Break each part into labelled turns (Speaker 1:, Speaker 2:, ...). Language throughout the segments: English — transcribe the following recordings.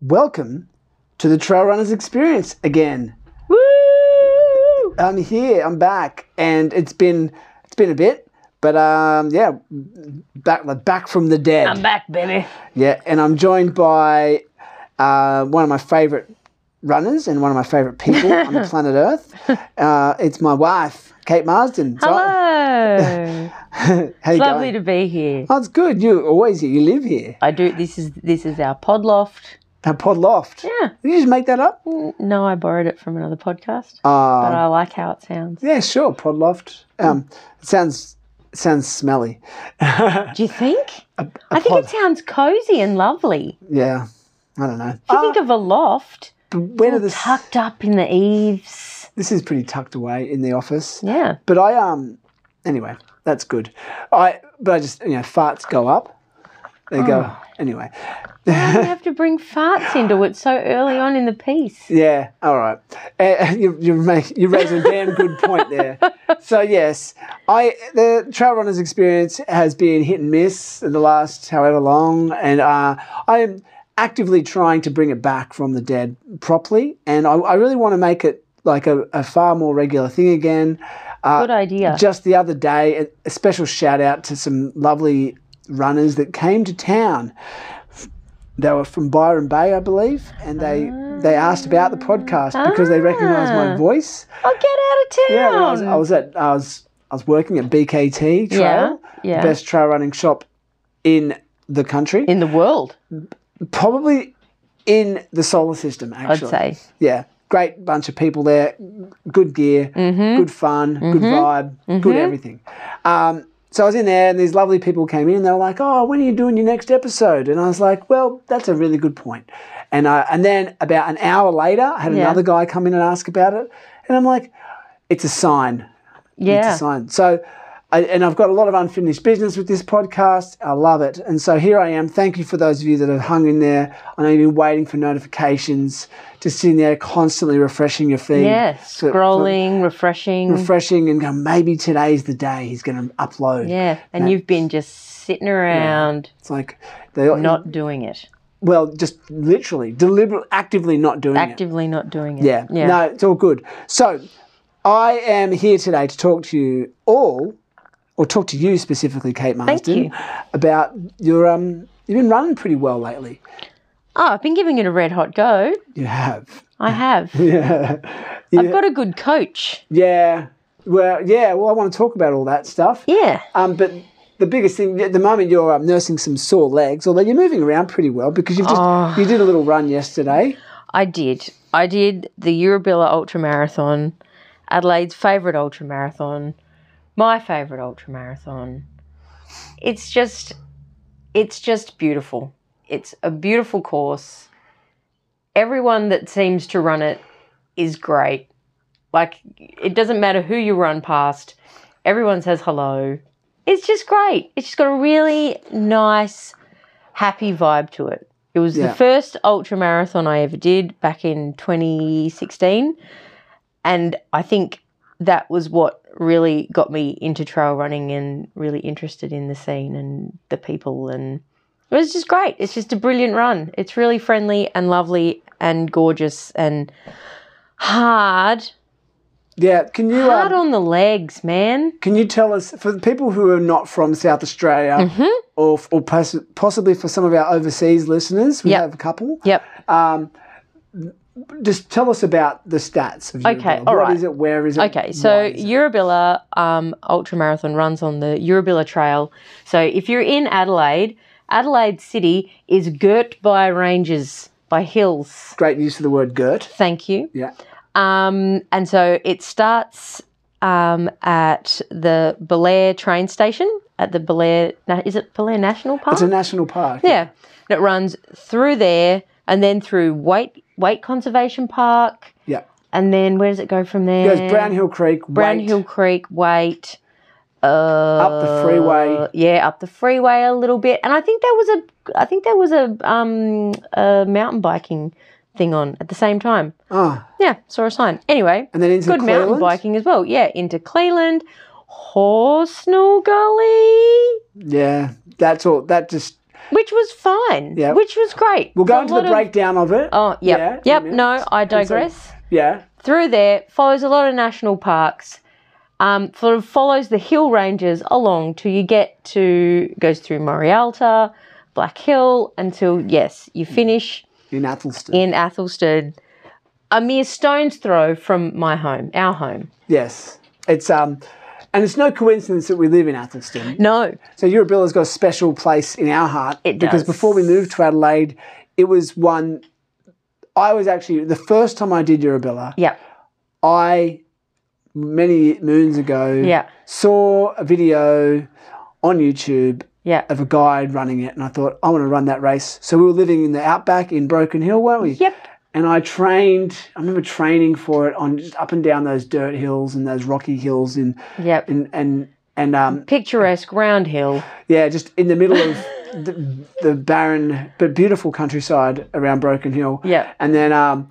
Speaker 1: Welcome to the Trail Runners Experience again.
Speaker 2: Woo!
Speaker 1: I'm here. I'm back, and it's been it's been a bit, but um, yeah, back back from the dead.
Speaker 2: I'm back, baby.
Speaker 1: Yeah, and I'm joined by uh, one of my favorite runners and one of my favorite people on the planet Earth. Uh, it's my wife, Kate Marsden. So-
Speaker 2: Hello.
Speaker 1: how you
Speaker 2: it's lovely
Speaker 1: going?
Speaker 2: to be here.
Speaker 1: Oh, it's good. You always here. You live here.
Speaker 2: I do. This is this is our pod loft.
Speaker 1: Our pod loft.
Speaker 2: Yeah.
Speaker 1: Did you just make that up?
Speaker 2: N- No, I borrowed it from another podcast, but
Speaker 1: Uh,
Speaker 2: I like how it sounds.
Speaker 1: yeah, sure. Pod loft. Um, it sounds it sounds smelly.
Speaker 2: Do you think? I think
Speaker 1: pod-
Speaker 2: it sounds cozy and lovely.
Speaker 1: Yeah, I don't know. Uh,
Speaker 2: If you think of a loft,
Speaker 1: But where did Ah. this?
Speaker 2: tucked up in the eaves.
Speaker 1: This is pretty tucked away in the office.
Speaker 2: Yeah.
Speaker 1: But I um anyway, that's good. I but I just you know farts go up. They go anyway.
Speaker 2: Why do you have to bring farts into it so early on in the piece?
Speaker 1: Yeah, all right. Uh, you you make you raise a damn good point there. So yes, I the trail runners experience has been hit and miss in the last however long, and uh, I am actively trying to bring it back from the dead properly, and I, I really want to make it like a, a far more regular thing again. Ah.
Speaker 2: Good idea.
Speaker 1: Just the other day, a- a special shout out to some lovely runners that came to town. They were from Byron Bay, I believe, and they they asked about the podcast because they recognised my
Speaker 2: Ah.
Speaker 1: voice.
Speaker 2: I'll get out of town.
Speaker 1: Yeah, when I was, I was at I was I was working at BKT Trail,
Speaker 2: Yeah, yeah.
Speaker 1: best trail running shop in the country,
Speaker 2: in the world,
Speaker 1: probably in the solar system.
Speaker 2: I'd
Speaker 1: Actually,
Speaker 2: say.
Speaker 1: yeah, great bunch of people there, good gear, good fun, good vibe, good everything. Um, so I was in there, and these lovely people came in, and they were like, "Oh, when are you doing your next episode?" And I was like, "Well, that's a really good point." And I, and then about an hour later, I had
Speaker 2: Yeah.
Speaker 1: another guy come in and ask about it, and I'm like, "It's a sign."
Speaker 2: Yeah.
Speaker 1: It's a sign. So, I, and I've got a lot of unfinished business with this podcast. I love it. And so here I am. Thank you for those of you that have hung in there. I know you've been waiting for notifications, just sitting there constantly refreshing your feed.
Speaker 2: Yeah,
Speaker 1: So- so
Speaker 2: scrolling, refreshing.
Speaker 1: refreshing and going, maybe today's the day he's going to upload.
Speaker 2: yeah, and you've been just sitting around
Speaker 1: It's like, they
Speaker 2: not doing it,
Speaker 1: well, just literally, deliberately, actively not doing it.
Speaker 2: actively not doing it.
Speaker 1: Yeah. No, it's all good. So I am here today to talk to you all, or talk to you specifically, Kate Marsden,
Speaker 2: you.
Speaker 1: about your um. You've been running pretty well lately.
Speaker 2: Oh, I've been giving it a red hot go.
Speaker 1: You have.
Speaker 2: I have. I've got a good coach.
Speaker 1: Yeah. Well, yeah. Well, I want to talk about all that stuff.
Speaker 2: Yeah.
Speaker 1: Um, but. The biggest thing at the moment, you're um, nursing some sore legs, although you're moving around pretty well because you've just
Speaker 2: Oh.
Speaker 1: you did a little run yesterday.
Speaker 2: I did. I did the Eurobilla Ultra Marathon, Adelaide's favourite ultra marathon, my favourite ultra marathon. It's just, it's just beautiful. It's a beautiful course. Everyone that seems to run it is great. Like it doesn't matter who you run past, everyone says hello. It's just great. It's just got a really nice, happy vibe to it. It was
Speaker 1: Yeah.
Speaker 2: the first ultra marathon I ever did back in 2016. And I think that was what really got me into trail running and really interested in the scene and the people. And it was just great. It's just a brilliant run. It's really friendly and lovely and gorgeous and hard.
Speaker 1: Yeah, can you
Speaker 2: Hard
Speaker 1: um,
Speaker 2: on the legs, man.
Speaker 1: can you tell us for the people who are not from South Australia
Speaker 2: Mm-hmm.
Speaker 1: or or poss- possibly for some of our overseas listeners, we
Speaker 2: Yep.
Speaker 1: have a couple.
Speaker 2: Yep.
Speaker 1: Just tell us about the stats of Eurobilla.
Speaker 2: Okay,
Speaker 1: What
Speaker 2: all right.
Speaker 1: is it? Where is it?
Speaker 2: Okay, so
Speaker 1: Why is it?
Speaker 2: Eurobilla um, Ultra Marathon runs on the Eurobilla Trail. So if you're in Adelaide, Adelaide City is girt by ranges, by hills.
Speaker 1: great use of the word girt.
Speaker 2: Thank you.
Speaker 1: Yeah.
Speaker 2: Um, and so it starts um, at the Belair train station, at the Belair, na- is it Belair National Park?
Speaker 1: It's a national park.
Speaker 2: Oh. Yeah, and it runs through there and then through Wait Wait Conservation Park,
Speaker 1: Yeah.
Speaker 2: and then where does it go from there?
Speaker 1: It goes Brown Hill Creek.
Speaker 2: Brown
Speaker 1: Wait,
Speaker 2: Hill Creek, Wait. Uh,
Speaker 1: Up the freeway.
Speaker 2: yeah, up the freeway a little bit, and I think there was a, I think there was a, um, a mountain biking thing on at the same time.
Speaker 1: Ah,
Speaker 2: Yeah, saw a sign. Anyway,
Speaker 1: and then into
Speaker 2: good
Speaker 1: Cleveland.
Speaker 2: mountain biking as well. Yeah, into Cleveland, Horsenal Gully.
Speaker 1: Yeah, that's all. That just
Speaker 2: which was fine.
Speaker 1: Yep.
Speaker 2: Which was great.
Speaker 1: We'll go
Speaker 2: A
Speaker 1: into the
Speaker 2: lot of-
Speaker 1: breakdown of, it.
Speaker 2: Oh, yep.
Speaker 1: Yeah,
Speaker 2: yep.
Speaker 1: in a
Speaker 2: No,
Speaker 1: minute.
Speaker 2: I
Speaker 1: It's like-
Speaker 2: digress.
Speaker 1: Yeah.
Speaker 2: Through there follows a lot of national parks. Um, sort of follows the hill ranges along till you get to goes through Morialta, Black Hill until yes, you finish
Speaker 1: In Athelstan.
Speaker 2: in Athelstan, a mere stone's throw from my home, our home.
Speaker 1: Yes. It's um and it's no coincidence that we live in Athelstan.
Speaker 2: No,
Speaker 1: So Eurybilla's got a special place in our heart.
Speaker 2: It
Speaker 1: because
Speaker 2: does.
Speaker 1: before we moved to Adelaide, it was one I was actually the first time I did Eurybilla,
Speaker 2: yeah,
Speaker 1: I many moons ago
Speaker 2: yeah,
Speaker 1: saw a video on YouTube
Speaker 2: yeah,
Speaker 1: of a guide running it and I thought, I want to run that race. So we were living in the outback in Broken Hill, weren't we?
Speaker 2: yep,
Speaker 1: and I trained. I remember training for it on just up and down those dirt hills and those rocky hills in
Speaker 2: yep.
Speaker 1: and and and um
Speaker 2: Picturesque round hill.
Speaker 1: yeah, just in the middle of the, the barren but beautiful countryside around Broken Hill.
Speaker 2: Yeah.
Speaker 1: and then um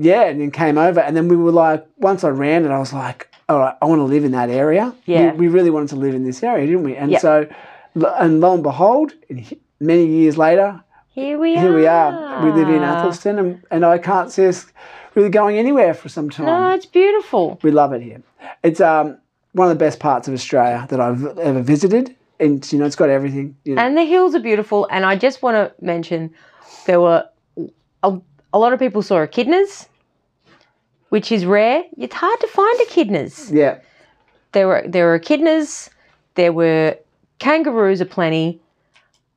Speaker 1: yeah, and then came over, and then we were like, once I ran it, I was like, all right, I want to live in that area. We-
Speaker 2: Yeah.
Speaker 1: we, really wanted to live in this area, didn't we? And
Speaker 2: Yeah.
Speaker 1: so, lo- and lo and behold, many years later,
Speaker 2: Here we
Speaker 1: here
Speaker 2: are.
Speaker 1: we are. We live in
Speaker 2: Ah.
Speaker 1: Athelstan, and, and I can't see us really going anywhere for some time.
Speaker 2: No, it's beautiful.
Speaker 1: We love it here. It's um, one of the best parts of Australia that I've ever visited, and you know it's got everything. You know.
Speaker 2: And the hills are beautiful. And I just want to mention there were a, a lot of people saw echidnas, which is rare. It's hard to find echidnas.
Speaker 1: yeah,
Speaker 2: There were there were echidnas, there were kangaroos aplenty.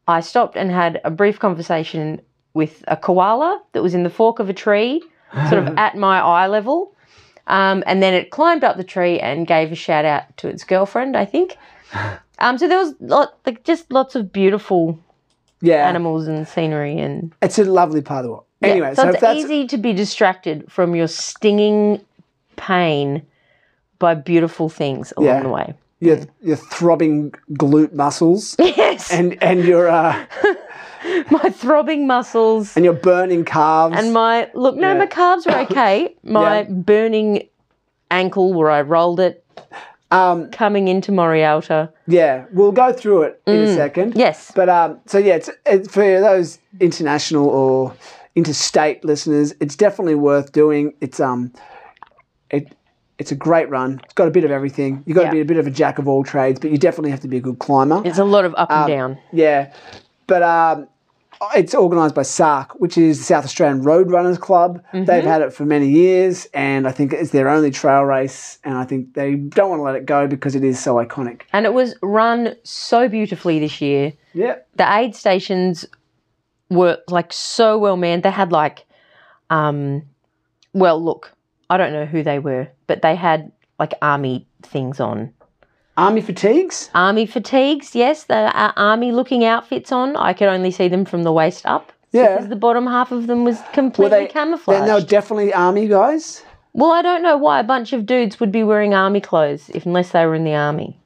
Speaker 2: I stopped and had a brief conversation with a koala that was in the fork of a tree, sort of at my eye level. Um, and then it climbed up the tree and gave a shout out to its girlfriend, I think. Um, so there was lot, like just lots of beautiful
Speaker 1: yeah.
Speaker 2: animals and scenery and
Speaker 1: It's a lovely part of the world.
Speaker 2: Yeah,
Speaker 1: Anyway,
Speaker 2: so,
Speaker 1: so, if
Speaker 2: it's
Speaker 1: that's
Speaker 2: easy to be distracted from your stinging pain by beautiful things along
Speaker 1: Yeah.
Speaker 2: the way.
Speaker 1: your your throbbing glute muscles
Speaker 2: Yes.
Speaker 1: and and your uh,
Speaker 2: my throbbing muscles
Speaker 1: and your burning calves.
Speaker 2: and my look no
Speaker 1: Yeah.
Speaker 2: my calves were okay my
Speaker 1: Yeah.
Speaker 2: burning ankle where i rolled it
Speaker 1: um,
Speaker 2: coming into morialta
Speaker 1: yeah, we'll go through it in
Speaker 2: Mm.
Speaker 1: a second.
Speaker 2: yes
Speaker 1: But um, so yeah, it's, it's for those international or interstate listeners, it's definitely worth doing. It's um, it it's a great run. It's got a bit of everything. You've got
Speaker 2: Yeah.
Speaker 1: to be a bit of a jack of all trades, but you definitely have to be a good climber.
Speaker 2: it's a lot of up
Speaker 1: Um,
Speaker 2: and down
Speaker 1: Yeah, but um, it's organised by SARC, which is the South Australian Road Runners Club. They've had it for many years, and I think it's their only trail race. And I think they don't want to let it go because it is so iconic.
Speaker 2: and it was run so beautifully this year
Speaker 1: Yeah,
Speaker 2: the aid stations were like so well manned. They had like, um, well, look, I don't know who they were, but they had like army things on,
Speaker 1: army fatigues.
Speaker 2: army fatigues. Yes, the uh, army looking outfits on. I could only see them from the waist up.
Speaker 1: Yeah.
Speaker 2: because the bottom half of them was completely
Speaker 1: they- Then
Speaker 2: camouflaged.
Speaker 1: they were definitely army guys.
Speaker 2: well, I don't know why a bunch of dudes would be wearing army clothes if unless they were in the army.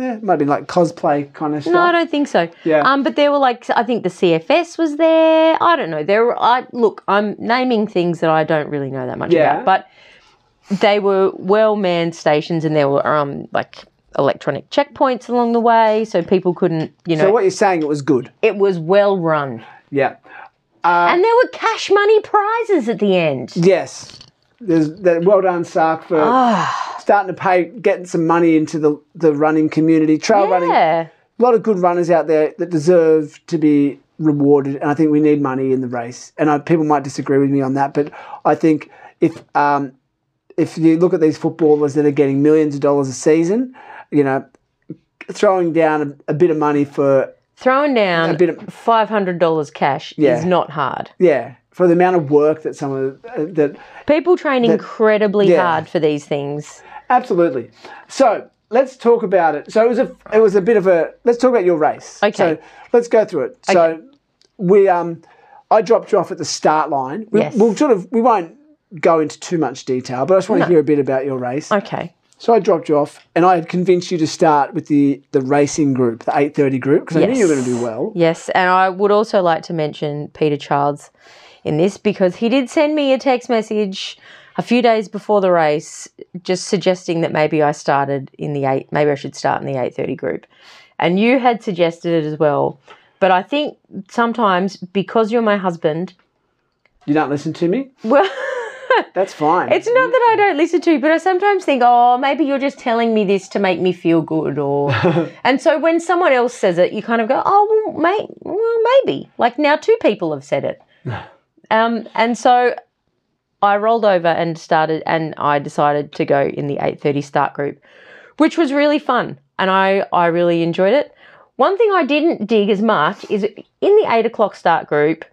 Speaker 1: Yeah, it Eh, might be like cosplay kind of stuff.
Speaker 2: No, I don't think so.
Speaker 1: Yeah.
Speaker 2: Um, but there were like I think the CFS was there. I don't know. There were I look, I'm naming things that I don't really know that much
Speaker 1: Yeah.
Speaker 2: about. But they were well manned stations and there were um like electronic checkpoints along the way, so people couldn't you know
Speaker 1: so what you're saying, it was good.
Speaker 2: it was well run.
Speaker 1: Yeah. Uh,
Speaker 2: and there were cash money prizes at the end.
Speaker 1: Yes. There's that. Well done, Sark, for
Speaker 2: Ah.
Speaker 1: starting to pay, getting some money into the the running community, trail running. A
Speaker 2: Yeah.
Speaker 1: lot of good runners out there that deserve to be rewarded, and I think we need money in the race. And I, people might disagree with me on that, but I think if um, if you look at these footballers that are getting millions of dollars a season, you know, throwing down a, a bit of money for
Speaker 2: Throwing down
Speaker 1: A bit of-
Speaker 2: five hundred dollars cash
Speaker 1: Yeah.
Speaker 2: is not hard.
Speaker 1: Yeah, for the amount of work that some of uh, that
Speaker 2: People train incredibly
Speaker 1: yeah.
Speaker 2: hard for these things.
Speaker 1: absolutely. So let's talk about it. So it was a it was a bit of a let's talk about your race.
Speaker 2: Okay.
Speaker 1: So let's go through it. So we um I dropped you off at the start line. We,
Speaker 2: Yes.
Speaker 1: We'll sort of we won't go into too much detail, but I just want to hear a bit about your race.
Speaker 2: Okay.
Speaker 1: So I dropped you off, and I had convinced you to start with the the racing group, the eight thirty group, because I knew you were going to do well.
Speaker 2: Yes, and I would also like to mention Peter Childs in this because he did send me a text message a few days before the race just suggesting that maybe I started in the 8 maybe I should start in the 8:30 group. and you had suggested it as well. But I think sometimes because you're my husband,
Speaker 1: You don't listen to me?
Speaker 2: well,
Speaker 1: That's fine.
Speaker 2: it's not that I don't listen to you, but I sometimes think, oh, maybe you're just telling me this to make me feel good, or and so when someone else says it, you kind of go, oh, well, may- well maybe. Like now, two people have said it, um, and so I rolled over and started, and I decided to go in the eight thirty start group, which was really fun, and I I really enjoyed it. One thing I didn't dig as much is in the eight o'clock start group.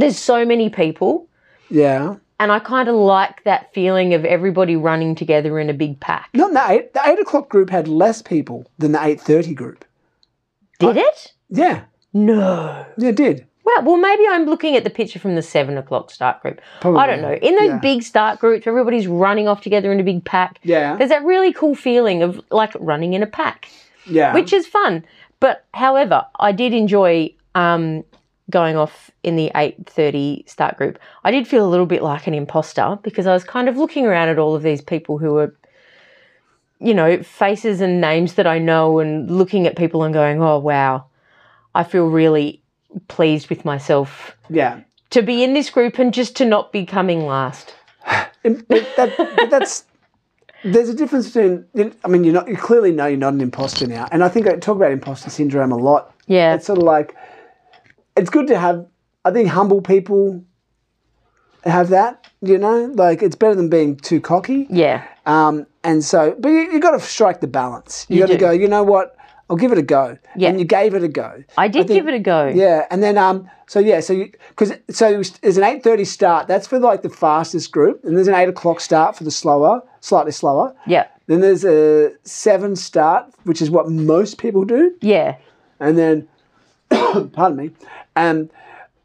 Speaker 2: There's so many people
Speaker 1: yeah.
Speaker 2: and I kind of like that feeling of everybody running together in a big pack.
Speaker 1: Not in the eight. The eight o'clock group had less people than the eight thirty group.
Speaker 2: Did it?
Speaker 1: Yeah,
Speaker 2: No.
Speaker 1: yeah, it did.
Speaker 2: Well, well, maybe I'm looking at the picture from the seven o'clock start group.
Speaker 1: Probably.
Speaker 2: I don't know. In those
Speaker 1: Yeah.
Speaker 2: big start groups, everybody's running off together in a big pack.
Speaker 1: Yeah,
Speaker 2: There's that really cool feeling of like running in a pack,
Speaker 1: yeah.
Speaker 2: which is fun. But however, I did enjoy um, going off in the eight thirty start group. I did feel a little bit like an imposter because I was kind of looking around at all of these people who were you know, faces and names that I know and looking at people and going, oh, wow, I feel really pleased with myself
Speaker 1: yeah.
Speaker 2: to be in this group and just to not be coming last.
Speaker 1: And- But, that, but that's there's a difference between. I mean, you're not. You clearly know you're not an imposter now, and I think I talk about imposter syndrome a lot.
Speaker 2: Yeah.
Speaker 1: It's sort of like it's good to have. I think humble people have that. You know, like it's better than being too cocky.
Speaker 2: yeah.
Speaker 1: Um, and so, but you, you got to strike the balance. You, got to
Speaker 2: do.
Speaker 1: go. You know what? I'll give it a go.
Speaker 2: Yeah.
Speaker 1: And you gave it a go.
Speaker 2: I did
Speaker 1: think-
Speaker 2: give it a go.
Speaker 1: Yeah, and then um, so yeah, so you because so there's an eight thirty start. That's for like the fastest group, and there's an eight o'clock start for the slower, slightly slower.
Speaker 2: Yeah.
Speaker 1: Then there's a seven start, which is what most people do,
Speaker 2: Yeah.
Speaker 1: and then pardon me, and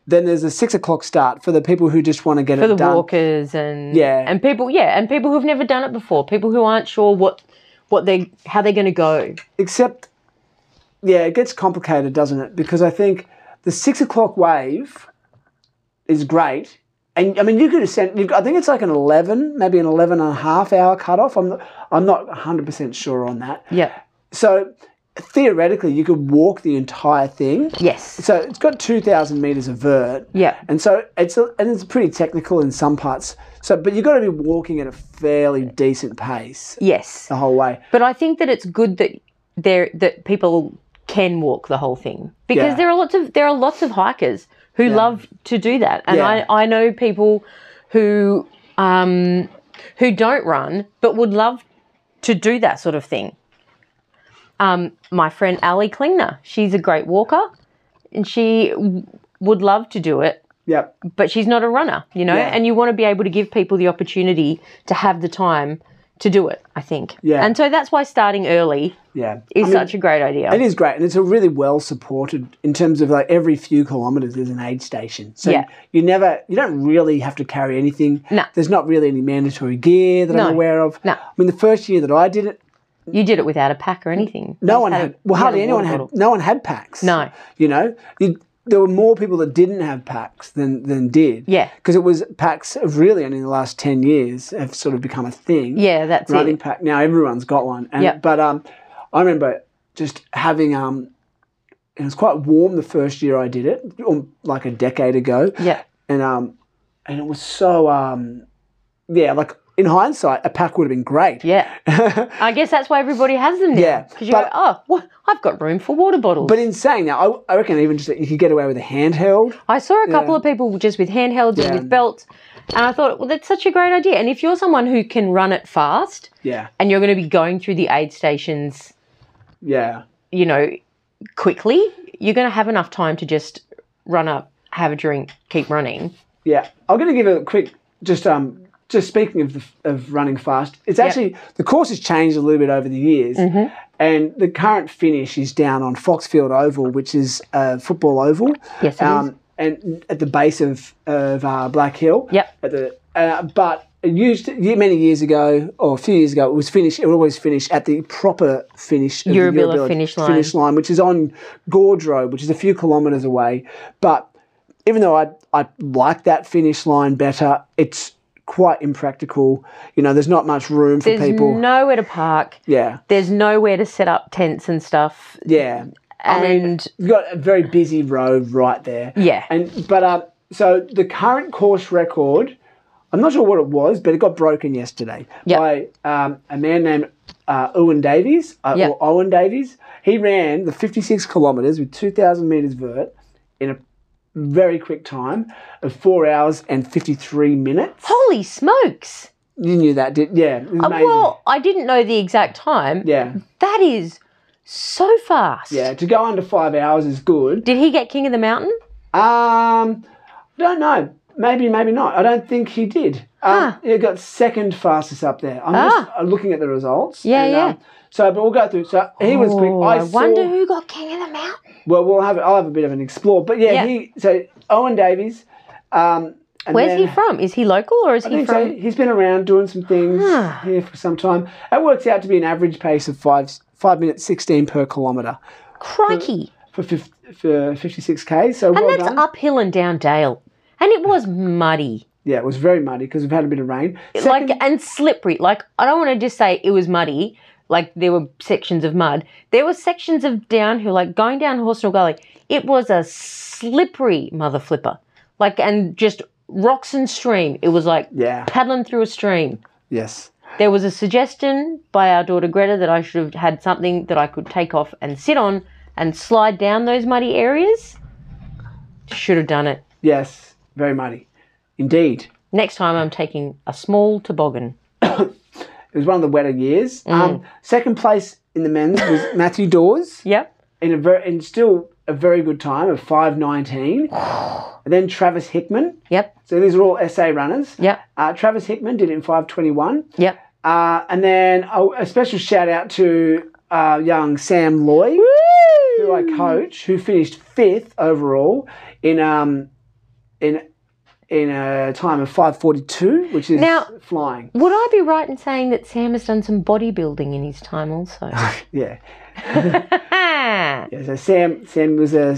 Speaker 1: then there's a six o'clock start for the people who just want to get
Speaker 2: For
Speaker 1: it
Speaker 2: the
Speaker 1: done.
Speaker 2: walkers and
Speaker 1: Yeah.
Speaker 2: and people yeah and people who've never done it before people who aren't sure what what they how they're going to go
Speaker 1: except yeah it gets complicated doesn't it because i think the six o'clock wave is great and i mean you could ascend you've, i think it's like an 11 maybe an 11 and a half hour cutoff i'm not, i'm not 100% sure on that
Speaker 2: yeah
Speaker 1: so theoretically you could walk the entire thing
Speaker 2: yes
Speaker 1: so it's got 2000 meters of vert
Speaker 2: yeah
Speaker 1: and so it's a, and it's pretty technical in some parts so but you've got to be walking at a fairly decent pace
Speaker 2: yes
Speaker 1: the whole way
Speaker 2: But I think that it's good that there that people can walk the whole thing because
Speaker 1: Yeah.
Speaker 2: there are lots of there are lots of hikers who love to do that, and
Speaker 1: Yeah.
Speaker 2: I I know people who um who don't run but would love to do that sort of thing. Um, my friend Ali Klingner, she's a great walker, and she w- would love to do it,
Speaker 1: yep
Speaker 2: but she's not a runner, you know.
Speaker 1: Yeah.
Speaker 2: And you want to be able to give people the opportunity to have the time to do it. I think.
Speaker 1: Yeah.
Speaker 2: And so that's why starting early
Speaker 1: yeah
Speaker 2: is such a great idea.
Speaker 1: It is great, and it's a really well supported in terms of like every few kilometres there's an aid station. So
Speaker 2: Yeah.
Speaker 1: you never, you don't really have to carry anything.
Speaker 2: No.
Speaker 1: There's not really any mandatory gear that
Speaker 2: No.
Speaker 1: I'm aware of.
Speaker 2: No.
Speaker 1: I mean, the first year that I did it,
Speaker 2: You did it without a pack or anything.
Speaker 1: no
Speaker 2: You
Speaker 1: one
Speaker 2: had a-
Speaker 1: had, well,
Speaker 2: you had a
Speaker 1: hardly anyone
Speaker 2: water
Speaker 1: had,
Speaker 2: bottle.
Speaker 1: no one had packs.
Speaker 2: No.
Speaker 1: You know, you, there were more people that didn't have packs than than did.
Speaker 2: Yeah.
Speaker 1: Because it was packs have really only in the last ten years have sort of become a thing.
Speaker 2: Yeah, that's
Speaker 1: running
Speaker 2: it.
Speaker 1: pack. Now everyone's got one. And,
Speaker 2: Yep.
Speaker 1: But um, I remember just having um, it was quite warm the first year I did it, um, like a decade ago,
Speaker 2: Yeah.
Speaker 1: and um, and it was so um, yeah, like in hindsight, a pack would have been great.
Speaker 2: Yeah. I guess that's why everybody has them now.
Speaker 1: Yeah,
Speaker 2: Because you
Speaker 1: but-
Speaker 2: go, oh, well, I've got room for water bottles.
Speaker 1: But in saying that, I, I reckon even just that you could get away with a handheld.
Speaker 2: I saw a couple of people just with handhelds
Speaker 1: Yeah.
Speaker 2: and with belts. And I thought, well, that's such a great idea. And if you're someone who can run it fast
Speaker 1: Yeah,
Speaker 2: and you're going to be going through the aid stations
Speaker 1: yeah,
Speaker 2: you know, quickly, you're going to have enough time to just run up, have a drink, keep running.
Speaker 1: yeah. I'm going to give a quick just um. Just speaking of the, of running fast, it's actually the course has changed a little bit over the years.
Speaker 2: Mm-hmm.
Speaker 1: And the current finish is down on Foxfield Oval, which is a football oval.
Speaker 2: Yes, it is.
Speaker 1: um, And at the base of, of uh, Black Hill.
Speaker 2: Yep.
Speaker 1: At the, uh, but it used ye- many years ago, or a few years ago, it was finished. It would always finish at the proper finish, of the
Speaker 2: Yirrabilla finish line.
Speaker 1: which is on Gorge Road, which is a few kilometres away. But even though I I like that finish line better, it's quite impractical. You know, there's not much room for
Speaker 2: There's
Speaker 1: people.
Speaker 2: nowhere to park.
Speaker 1: yeah,
Speaker 2: There's nowhere to set up tents and stuff.
Speaker 1: yeah. I mean-
Speaker 2: And
Speaker 1: You've got a very busy road right there.
Speaker 2: yeah,
Speaker 1: And but um, so the current course record, I'm not sure what it was, but it got broken yesterday
Speaker 2: Yep.
Speaker 1: by um, a man named uh, Owen Davies uh,
Speaker 2: Yep.
Speaker 1: or Owen Davies. He ran the 56 kilometres with 2,000 metres vert in a very quick time of four hours and 53 minutes.
Speaker 2: holy smokes!
Speaker 1: You knew that, did yeah? it was
Speaker 2: Uh,
Speaker 1: Amazing.
Speaker 2: well, I didn't know the exact time.
Speaker 1: yeah,
Speaker 2: That is so fast.
Speaker 1: yeah. To go under five hours is good.
Speaker 2: Did he get King of the Mountain?
Speaker 1: Um, I don't know. Maybe, maybe not. I don't think he did. Um,
Speaker 2: Huh. Ah.
Speaker 1: It got second fastest up there. I'm just uh, looking at the results.
Speaker 2: Yeah,
Speaker 1: and, um, so, but we'll go through. So he was quick.
Speaker 2: Oh,
Speaker 1: I,
Speaker 2: I, wonder
Speaker 1: saw-
Speaker 2: who got King of the Mountain.
Speaker 1: Well, we'll have. I'll have a bit of an explore. But yeah,
Speaker 2: Yeah.
Speaker 1: he. So Owen Davies. Um, and
Speaker 2: Where's
Speaker 1: then-
Speaker 2: he from? Is he local or is
Speaker 1: I
Speaker 2: he
Speaker 1: think
Speaker 2: from?
Speaker 1: so. He's been around doing some things
Speaker 2: Huh.
Speaker 1: here for some time. It works out to be an average pace of five five minutes sixteen per kilometre
Speaker 2: Crikey!
Speaker 1: for fif- for fifty six k. So
Speaker 2: And
Speaker 1: well
Speaker 2: that's
Speaker 1: done.
Speaker 2: uphill and down dale, and it was muddy.
Speaker 1: Yeah, it was very muddy because we've had a bit of rain. Second-
Speaker 2: like and slippery. Like I don't want to just say it was muddy. Like there were sections of mud. There were sections of downhill, like going down Horsenal Gully. It was a slippery mother flipper. Like and just rocks and stream. It was like
Speaker 1: yeah.
Speaker 2: paddling through a stream.
Speaker 1: Yes.
Speaker 2: There was a suggestion by our daughter Greta that I should have had something that I could take off and sit on and slide down those muddy areas. Should have done it.
Speaker 1: Yes. Very muddy. Indeed.
Speaker 2: Next time I'm taking a small toboggan.
Speaker 1: It was one of the wetter years.
Speaker 2: Mm.
Speaker 1: Um, second place in the men's was Matthew Dawes
Speaker 2: Yep.
Speaker 1: in a very in still a very good time of five nineteen. and then Travis Hickman.
Speaker 2: Yep.
Speaker 1: So these are all SA runners.
Speaker 2: Yep.
Speaker 1: Uh, Travis Hickman did it in five twenty one.
Speaker 2: Yep.
Speaker 1: Uh, and then a, a special shout out to uh, young Sam Lloyd, who I coach, who finished fifth overall in um in in a time of five forty two, which is
Speaker 2: Now-
Speaker 1: flying.
Speaker 2: Would I be right in saying that Sam has done some bodybuilding in his time also?
Speaker 1: Yeah.
Speaker 2: yeah.
Speaker 1: Yeah, so Sam Sam was a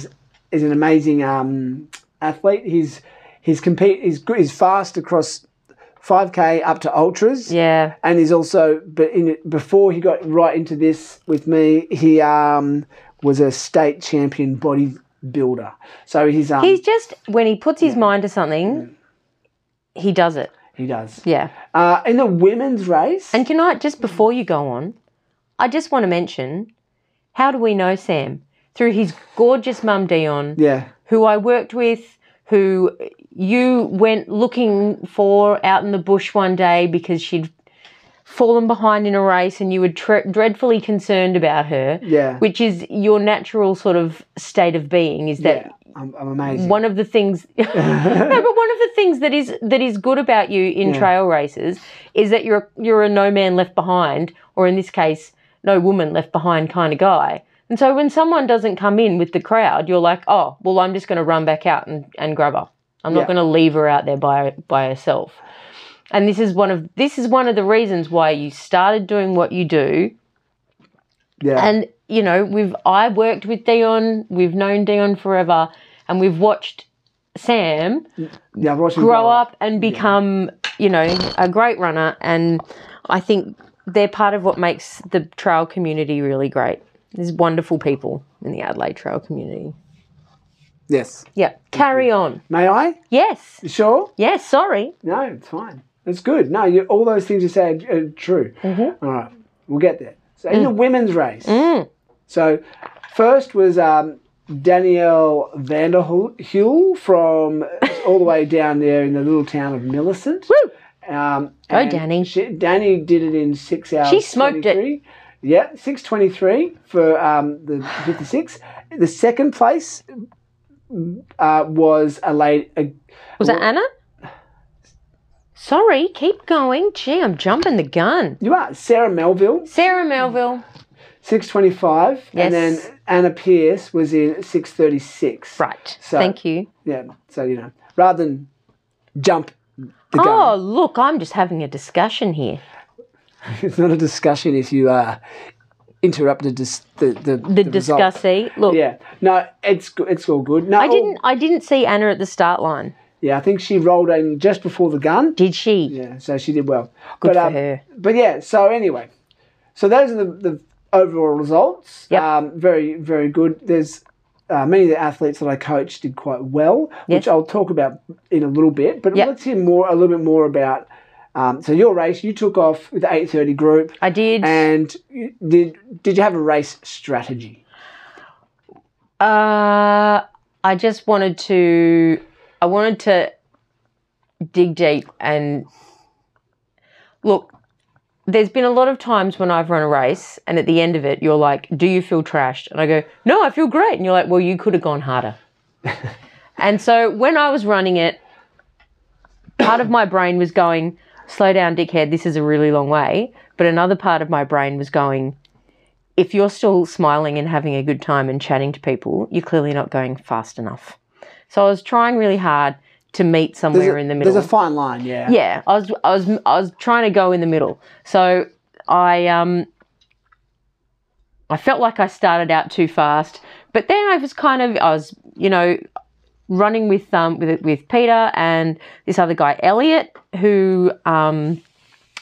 Speaker 1: is an amazing um, athlete. He's he's compete he's good he's fast across five k up to ultras. And he's also, but in before he got right into this with me, he um, was a state champion bodybuilder. So he's um,
Speaker 2: He's just, when he puts his mind to something, he does it.
Speaker 1: he does
Speaker 2: Yeah.
Speaker 1: uh, in the women's race.
Speaker 2: And can I, just before you go on, I just want to mention how do we know Sam? Through his gorgeous mum, Dion,
Speaker 1: yeah,
Speaker 2: who I worked with, who you went looking for out in the bush one day because she'd fallen behind in a race and you were tre- dreadfully concerned about her.
Speaker 1: yeah,
Speaker 2: which is your natural sort of state of being is
Speaker 1: yeah.
Speaker 2: that
Speaker 1: I'm, I'm amazing.
Speaker 2: one of the things no but one of the things that is that is good about you in
Speaker 1: Yeah.
Speaker 2: trail races is that you're you're a no man left behind or in this case no woman left behind kind of guy and so when someone doesn't come in with the crowd you're like oh well i'm just going to run back out and, and grab her i'm not
Speaker 1: Yeah.
Speaker 2: going to leave her out there by by herself and this is one of this is one of the reasons why you started doing what you do
Speaker 1: yeah,
Speaker 2: and you know we've i worked with dion we've known dion forever and we've watched sam
Speaker 1: yeah. I've watched him
Speaker 2: grow up and become you know a great runner and i think they're part of what makes the trail community really great there's wonderful people in the adelaide trail community
Speaker 1: Yes.
Speaker 2: yeah carry on
Speaker 1: May I?
Speaker 2: yes
Speaker 1: You sure?
Speaker 2: yes sorry
Speaker 1: No, it's fine. It's good. No, you, all those things you say are, are true.
Speaker 2: Mm-hmm.
Speaker 1: All right, we'll get there. So
Speaker 2: Mm.
Speaker 1: in the women's race, so first was um, Danielle Vanderhul from uh, all the way down there in the little town of Millicent.
Speaker 2: Woo!
Speaker 1: Um,
Speaker 2: Go,
Speaker 1: and
Speaker 2: Danny.
Speaker 1: She, Danny did it in six hours.
Speaker 2: smoked it.
Speaker 1: 23. Yeah, six twenty-three for um, the fifty-six. The second place uh, was a uh, lady, a
Speaker 2: was that anna sorry keep going gee i'm jumping the gun
Speaker 1: You are Sarah Melville,
Speaker 2: sarah melville
Speaker 1: six twenty-five, and
Speaker 2: Yes.
Speaker 1: then Anna Pierce was in six thirty-six.
Speaker 2: right
Speaker 1: So-
Speaker 2: thank you
Speaker 1: Yeah, so you know, rather than jump the gun,
Speaker 2: Oh, look, I'm just having a discussion here.
Speaker 1: it's not a discussion if you uh, interrupt the dis- the the,
Speaker 2: The,
Speaker 1: result. Oh.
Speaker 2: discussee. Look,
Speaker 1: Yeah, no, it's go- it's all good. No,
Speaker 2: I didn't I didn't see Anna at the start line.
Speaker 1: Yeah, I think she rolled in just before the gun.
Speaker 2: Did she?
Speaker 1: Yeah, so she did well.
Speaker 2: Good
Speaker 1: but,
Speaker 2: for
Speaker 1: um,
Speaker 2: her.
Speaker 1: But yeah, so anyway, so those are the, the overall results.
Speaker 2: Yep.
Speaker 1: Um, very, very good. There's uh, many of the athletes that I coached did quite well,
Speaker 2: Yes.
Speaker 1: which I'll talk about in a little bit. But
Speaker 2: Yep.
Speaker 1: let's hear more a little bit more about. Um, so your race, you took off with the 8:30 group,
Speaker 2: I did.
Speaker 1: and you- did did you have a race strategy?
Speaker 2: Uh, I just wanted to. I wanted to dig deep and look. There's been a lot of times when I've run a race, and at the end of it, you're like, "Do you feel trashed?" And I go, "No, I feel great." And you're like, "Well, you could have gone harder." and so when I was running it, part of my brain was going, "Slow down, dickhead. This is a really long way." But another part of my brain was going, if you're still smiling and having a good time and chatting to people, you're clearly not going fast enough. So I was trying really hard to meet somewhere
Speaker 1: There's a,
Speaker 2: in the middle.
Speaker 1: There's a fine line, yeah.
Speaker 2: yeah, I was I was I was trying to go in the middle. So I um I felt like I started out too fast, but then I was kind of I was you know running with um with with Peter and this other guy Elliot who um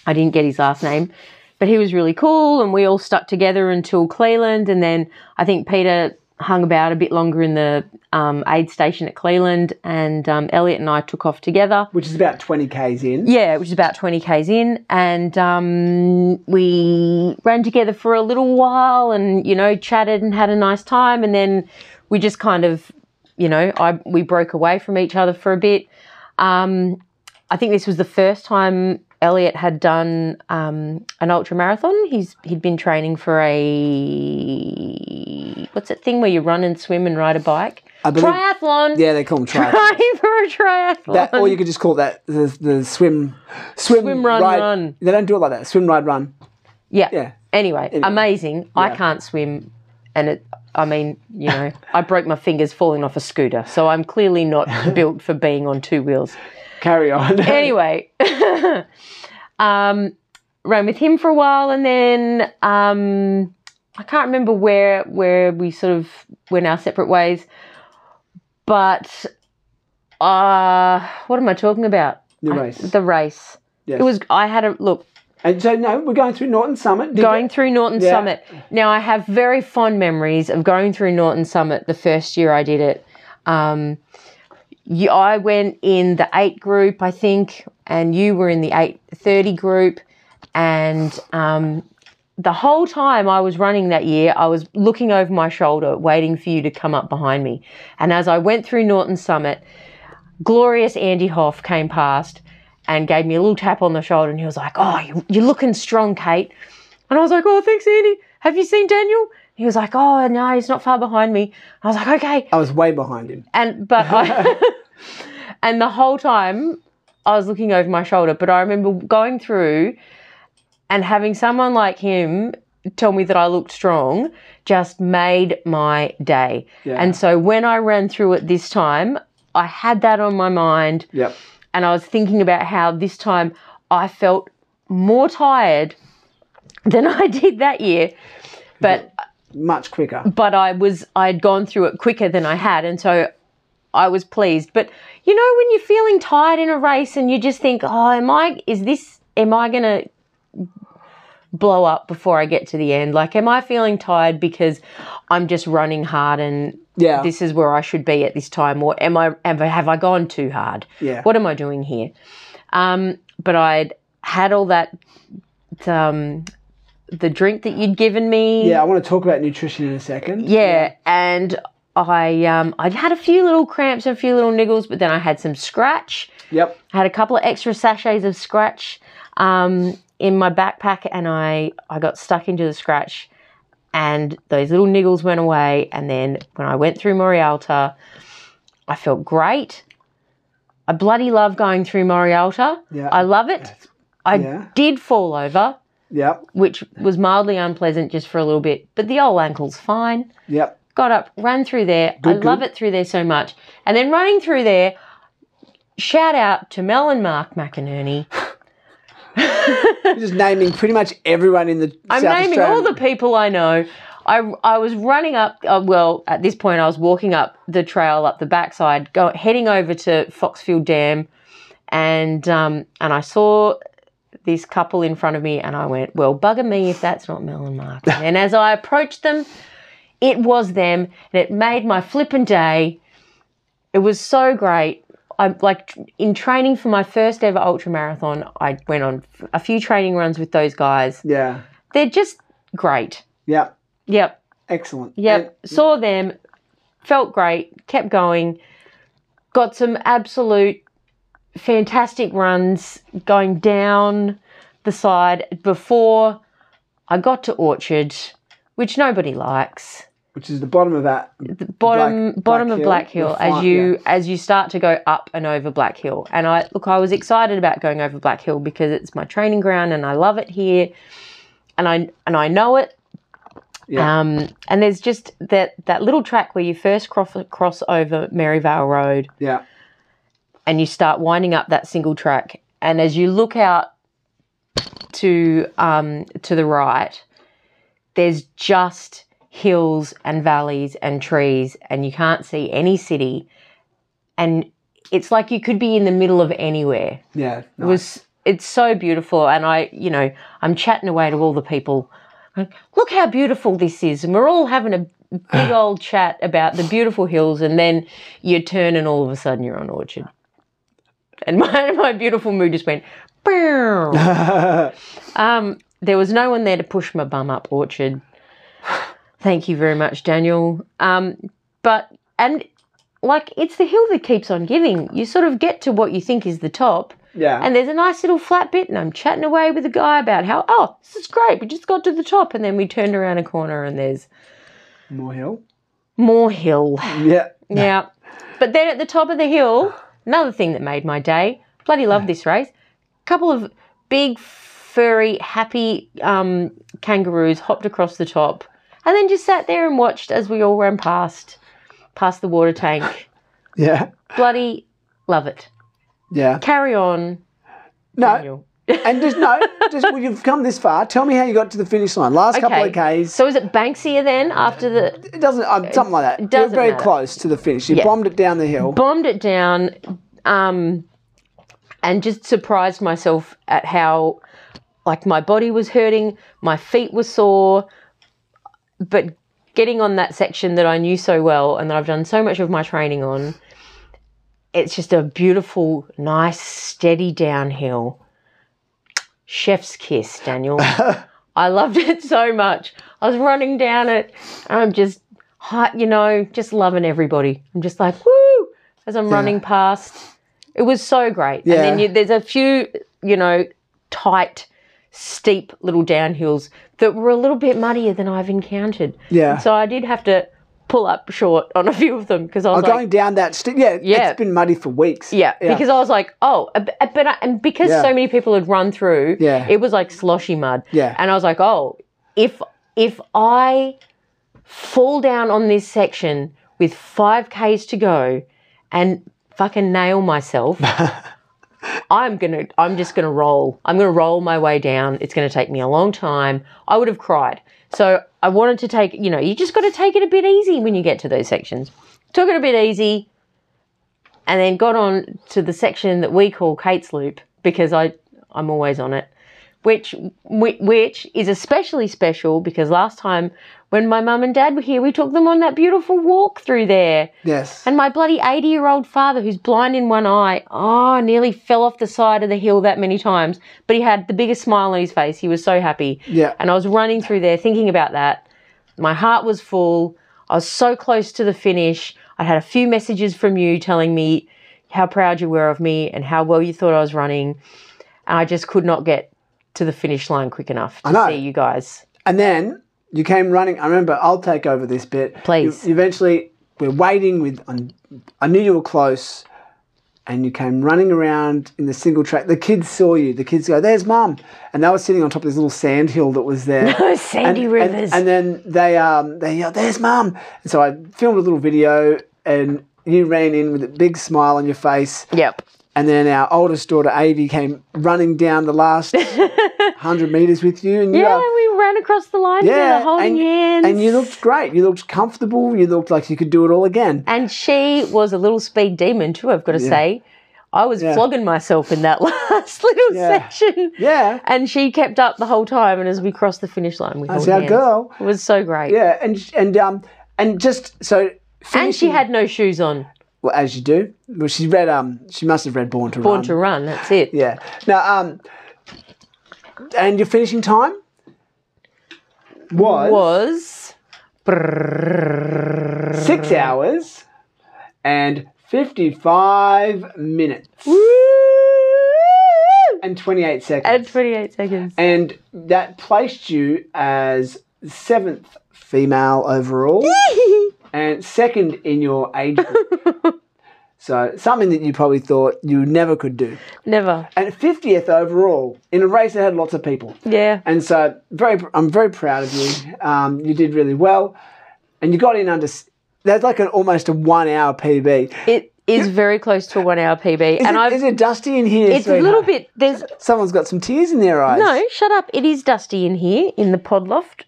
Speaker 2: I didn't get his last name, but he was really cool and we all stuck together until Cleveland and then I think Peter hung about a bit longer in the um, aid station at Cleveland and um, Elliot and I took off together.
Speaker 1: Which is about 20 k's in.
Speaker 2: Yeah, which is about 20Ks in. And um, we ran together for a little while and, you know, chatted and had a nice time. And then we just kind of, you know, I, we broke away from each other for a bit. Um, I think this was the first time Elliot had done um, an ultra marathon. He's he'd been training for a what's that thing where you run and swim and ride a bike?
Speaker 1: I believe-
Speaker 2: triathlon.
Speaker 1: Yeah, they call them triathlon.
Speaker 2: Trying for a triathlon.
Speaker 1: That, or you could just call that the, the swim, swim,
Speaker 2: Swim, run, run.
Speaker 1: They don't do it like that. Swim, ride, run.
Speaker 2: Yeah.
Speaker 1: Yeah.
Speaker 2: Anyway, amazing. I can't swim, and it. I mean, you know, I broke my fingers falling off a scooter, so I'm clearly not built for being on two wheels.
Speaker 1: Carry on.
Speaker 2: Anyway, um, ran with him for a while, and then um, I can't remember where where we sort of went our separate ways. But uh, what am I talking about?
Speaker 1: the
Speaker 2: I-
Speaker 1: race.
Speaker 2: the race.
Speaker 1: Yes.
Speaker 2: It was. I had a look.
Speaker 1: and so no, we're going through Norton Summit. Did
Speaker 2: going through Norton
Speaker 1: Yeah.
Speaker 2: Summit. Now I have very fond memories of going through Norton Summit the first year I did it. Um, you, I went in the eight group, I think, and you were in the eight thirty group, and um, the whole time I was running that year, I was looking over my shoulder, waiting for you to come up behind me. And as I went through Norton Summit, glorious Andy Hoff came past and gave me a little tap on the shoulder, and he was like, "Oh, you, you're looking strong, Kate." And I was like, oh, thanks, Andy. Have you seen Daniel? He was like, oh, no, he's not far behind me. I was like, okay.
Speaker 1: I was way behind him.
Speaker 2: And, but I, and the whole time I was looking over my shoulder, but I remember going through and having someone like him tell me that I looked strong just made my day.
Speaker 1: Yeah.
Speaker 2: And so when I ran through it this time, I had that on my mind
Speaker 1: Yep.
Speaker 2: and I was thinking about how this time I felt more tired than I did that year. But
Speaker 1: Much quicker.
Speaker 2: but I was I had gone through it quicker than I had, and so I was pleased. But you know, when you're feeling tired in a race and you just think, oh, am I? Is this? Am I gonna? blow up before I get to the end like am I feeling tired because I'm just running hard and
Speaker 1: Yeah.
Speaker 2: this is where I should be at this time, or am I have I, have I gone too hard?
Speaker 1: Yeah.
Speaker 2: What am I doing here? Um, but I'd had all that um, the drink that you'd given me.
Speaker 1: yeah, I want to talk about nutrition in a second.
Speaker 2: Yeah, and I um, I'd had a few little cramps and a few little niggles, but then I had some scratch.
Speaker 1: Yep.
Speaker 2: I had a couple of extra sachets of scratch um, in my backpack, and I I got stuck into the scratch, and those little niggles went away. And then when I went through Morialta, I felt great. I bloody love going through Morialta.
Speaker 1: Yeah.
Speaker 2: I love it. I
Speaker 1: Yeah.
Speaker 2: did fall over,
Speaker 1: Yep.
Speaker 2: which was mildly unpleasant just for a little bit, but the old ankle's fine
Speaker 1: Yep.
Speaker 2: got up, ran through there. I
Speaker 1: good.
Speaker 2: love it through there so much. And then running through there, shout out to Mel and Mark McInerney.
Speaker 1: You're just naming pretty much everyone in the
Speaker 2: I'm
Speaker 1: South
Speaker 2: naming
Speaker 1: Australian-
Speaker 2: all the people I know. I, I was running up, uh, well, at this point, I was walking up the trail up the backside, go, heading over to Foxfield Dam, and, um, and I saw this couple in front of me, and I went, well, bugger me if that's not Mel and Mark. and as I approached them, it was them, and it made my flippin' day. It was so great. I like tr- in training for my first ever ultra marathon. I went on f- a few training runs with those guys.
Speaker 1: Yeah.
Speaker 2: They're just great.
Speaker 1: Yeah.
Speaker 2: Yep,
Speaker 1: Excellent.
Speaker 2: yep. Saw them, felt great, kept going, got some absolute fantastic runs going down the side before I got to Orchard, which nobody likes.
Speaker 1: Which is the bottom of that.
Speaker 2: bottom
Speaker 1: Black-
Speaker 2: bottom
Speaker 1: Black
Speaker 2: of Black
Speaker 1: Hill,
Speaker 2: Hill
Speaker 1: you're
Speaker 2: as
Speaker 1: fine,
Speaker 2: you as you start to go up and over Black Hill. And I look, I was excited about going over Black Hill because it's my training ground and I love it here, and I and I know it.
Speaker 1: Yeah.
Speaker 2: Um, and there's just that that little track where you first cross cross over Maryvale Road
Speaker 1: Yeah.
Speaker 2: and you start winding up that single track. And as you look out to um, to the right, there's just hills and valleys and trees, and you can't see any city. And it's like you could be in the middle of anywhere.
Speaker 1: Yeah.
Speaker 2: It
Speaker 1: nice.
Speaker 2: was it's so beautiful, and I you know I'm chatting away to all the people. like, Look how beautiful this is, and we're all having a big old chat about the beautiful hills, and then you turn, and all of a sudden you're on orchard, and my my beautiful mood just went. "Bow." Um, there was no one there to push my bum up orchard. Thank you very much, Daniel. Um, but and like it's the hill that keeps on giving. You sort of get to what you think is the top,
Speaker 1: yeah.
Speaker 2: and there's a nice little flat bit, and I'm chatting away with a guy about how oh this is great. We just got to the top, and then we turned around a corner, and there's
Speaker 1: More hill.
Speaker 2: more hill.
Speaker 1: Yeah.
Speaker 2: Yeah. But then at the top of the hill, another thing that made my day, bloody love this race, couple of big, furry, happy um, kangaroos hopped across the top and then just sat there and watched as we all ran past, past the water tank.
Speaker 1: Yeah.
Speaker 2: Bloody love it.
Speaker 1: Yeah.
Speaker 2: Carry on,
Speaker 1: No.
Speaker 2: Daniel.
Speaker 1: And just no. Just well, you've come this far. Tell me how you got to the finish line. Last couple of k's.
Speaker 2: So is it Banksia then after the
Speaker 1: It doesn't. Uh, something like that.
Speaker 2: doesn't
Speaker 1: You're very
Speaker 2: matter.
Speaker 1: close to the finish. You bombed it down the hill.
Speaker 2: bombed it down um, and just surprised myself at how like my body was hurting my feet were sore but getting on that section that i knew so well and that i've done so much of my training on it's just a beautiful nice steady downhill chef's kiss daniel i loved it so much i was running down it and i'm just hi- you know just loving everybody i'm just like woo as i'm running past it was so great and then
Speaker 1: Yeah.
Speaker 2: you, there's a few you know tight steep little downhills that were a little bit muddier than I've encountered.
Speaker 1: Yeah.
Speaker 2: So I did have to pull up short on a few of them because I was
Speaker 1: I'm
Speaker 2: like,
Speaker 1: going down that. St- yeah,
Speaker 2: Yeah.
Speaker 1: It's been muddy for weeks.
Speaker 2: yeah, because I was like, oh, a b- a- but I, and because
Speaker 1: Yeah.
Speaker 2: so many people had run through,
Speaker 1: Yeah.
Speaker 2: it was like sloshy mud.
Speaker 1: Yeah.
Speaker 2: And I was like, oh, if if I fall down on this section with 5k's to go and fucking nail myself, I'm going to I'm just going to roll. I'm going to roll my way down. It's going to take me a long time. I would have cried. So I wanted to take, you know, you just got to take it a bit easy when you get to those sections. Took it a bit easy and then got on to the section that we call Kate's Loop because I I'm always on it, which whi- which is especially special because last time when my mum and dad were here, we took them on that beautiful walk through there,
Speaker 1: Yes.
Speaker 2: and my bloody eighty year old father who's blind in one eye, oh, nearly fell off the side of the hill that many times, but he had the biggest smile on his face. He was so happy.
Speaker 1: yeah.
Speaker 2: And I was running through there thinking about that. My heart was full. I was so close to the finish. I had a few messages from you telling me how proud you were of me and how well you thought I was running. And I just could not get to the finish line quick enough
Speaker 1: I know.
Speaker 2: to see you guys.
Speaker 1: And then you came running. I remember. I'll take over this bit.
Speaker 2: Please.
Speaker 1: You, eventually, we're waiting. With um, I knew you were close, and you came running around in the single track. The kids saw you. The kids go, "There's mum," and they were sitting on top of this little sand hill that was there.
Speaker 2: Those sandy rivers.
Speaker 1: And, then they um they yelled, "There's mum!" And so I filmed a little video, and you ran in with a big smile on your face.
Speaker 2: yep.
Speaker 1: And then our oldest daughter Avi came running down the last hundred meters with you, and you
Speaker 2: Yeah,
Speaker 1: are-
Speaker 2: we ran across the line
Speaker 1: Yeah,
Speaker 2: together holding
Speaker 1: and-
Speaker 2: hands.
Speaker 1: And you looked great. You looked comfortable. You looked like you could do it all again.
Speaker 2: And she was a little speed demon too, I've got to
Speaker 1: Yeah.
Speaker 2: say. I was
Speaker 1: Yeah.
Speaker 2: flogging myself in that last little
Speaker 1: Yeah.
Speaker 2: section.
Speaker 1: Yeah.
Speaker 2: And she kept up the whole time, and as we crossed the finish line, we
Speaker 1: That's
Speaker 2: held
Speaker 1: our
Speaker 2: hands.
Speaker 1: girl.
Speaker 2: It was so great.
Speaker 1: Yeah, and and um and just so
Speaker 2: and she
Speaker 1: finishing-
Speaker 2: had no shoes on.
Speaker 1: well, as you do. Well, she read um she must have read Born to
Speaker 2: Born
Speaker 1: Run.
Speaker 2: to run. That's it.
Speaker 1: Um, Yeah. Now um and your finishing time was,
Speaker 2: Was
Speaker 1: six hours and fifty five minutes and twenty eight seconds.
Speaker 2: at 28 seconds.
Speaker 1: and that placed you as seventh female overall and second in your age group. so something that you probably thought you never could do.
Speaker 2: Never.
Speaker 1: And 50th overall in a race that had lots of people.
Speaker 2: Yeah.
Speaker 1: And so very, I'm very proud of you. Um, you did really well, and you got in under. s- That's like an almost a one hour PB.
Speaker 2: It is very close to a one hour PB.
Speaker 1: Is,
Speaker 2: and
Speaker 1: it,
Speaker 2: I've.
Speaker 1: is it dusty in here?
Speaker 2: It's a little
Speaker 1: sweetheart?
Speaker 2: bit. There's
Speaker 1: Someone's got some tears in their eyes.
Speaker 2: No, shut up. It is dusty in here in the pod loft.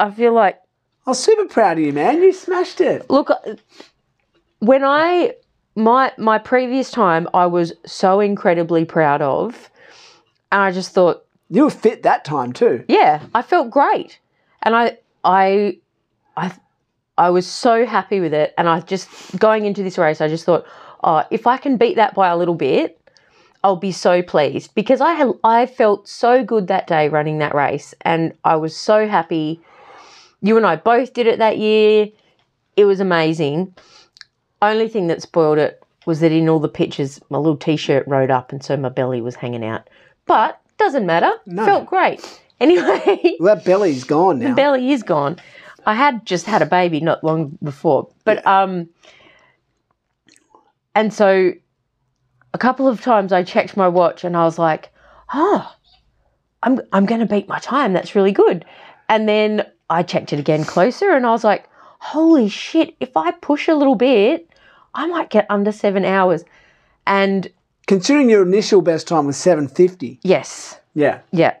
Speaker 2: I feel like
Speaker 1: I was super proud of you, man. You smashed it.
Speaker 2: look uh, when I my my previous time I was so incredibly proud of and I just thought,
Speaker 1: You were fit that time too.
Speaker 2: yeah, I felt great. And I I I I was so happy with it and I just going into this race I just thought, oh, if I can beat that by a little bit, I'll be so pleased because I had, I felt so good that day running that race and I was so happy. You and I both did it that year. It was amazing. Only thing that spoiled it was that in all the pictures my little t-shirt rode up and so my belly was hanging out. But doesn't matter. Felt great. Anyway,
Speaker 1: Well, that belly's gone now.
Speaker 2: belly is gone. I had just had a baby not long before, but um, and so a couple of times I checked my watch and I was like, oh, I'm I'm going to beat my time. That's really good. And then I checked it again closer and I was like, holy shit! If I push a little bit, I might get under seven hours. And
Speaker 1: Considering your initial best time was 750.
Speaker 2: yes,
Speaker 1: Yeah.
Speaker 2: Yeah.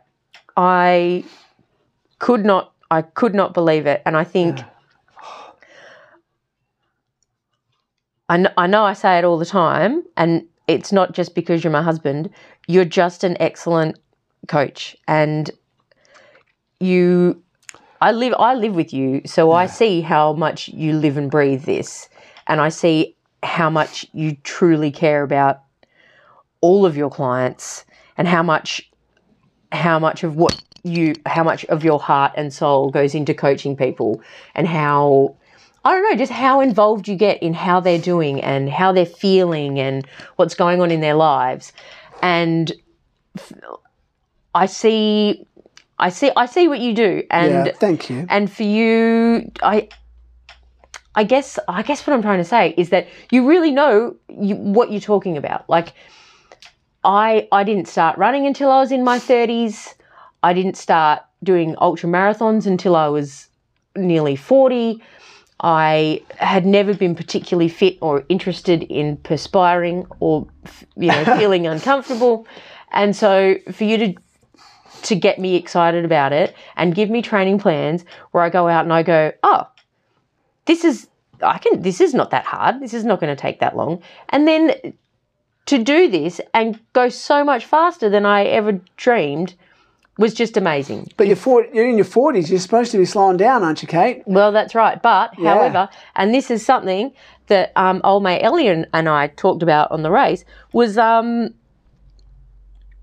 Speaker 2: I could not I could not believe it and I think I know, I know I say it all the time and it's not just because you're my husband you're just an excellent coach and you I live I live with you so I see how much you live and breathe this and I see how much you truly care about all of your clients and how much how much of what you how much of your heart and soul goes into coaching people and how I don't know, just how involved you get in how they're doing and how they're feeling and what's going on in their lives. And f- I see I see I see what you do and
Speaker 1: yeah. Thank you.
Speaker 2: and for you i i guess i guess what i'm trying to say is that you really know you, what you're talking about like i i didn't start running until i was in my 30s i didn't start doing ultra marathons until i was nearly 40 i had never been particularly fit or interested in perspiring or f- you know feeling uncomfortable and so for you to to get me excited about it and give me training plans where I go out and I go, oh, this is I can this is not that hard. This is not going to take that long. And then to do this and go so much faster than I ever dreamed was just amazing.
Speaker 1: But you're, 40, you're in your 40s. You're supposed to be slowing down, aren't you, Kate?
Speaker 2: Well, that's right. But however, and this is something that um, old mate Ellie and, and I talked about on the race was um,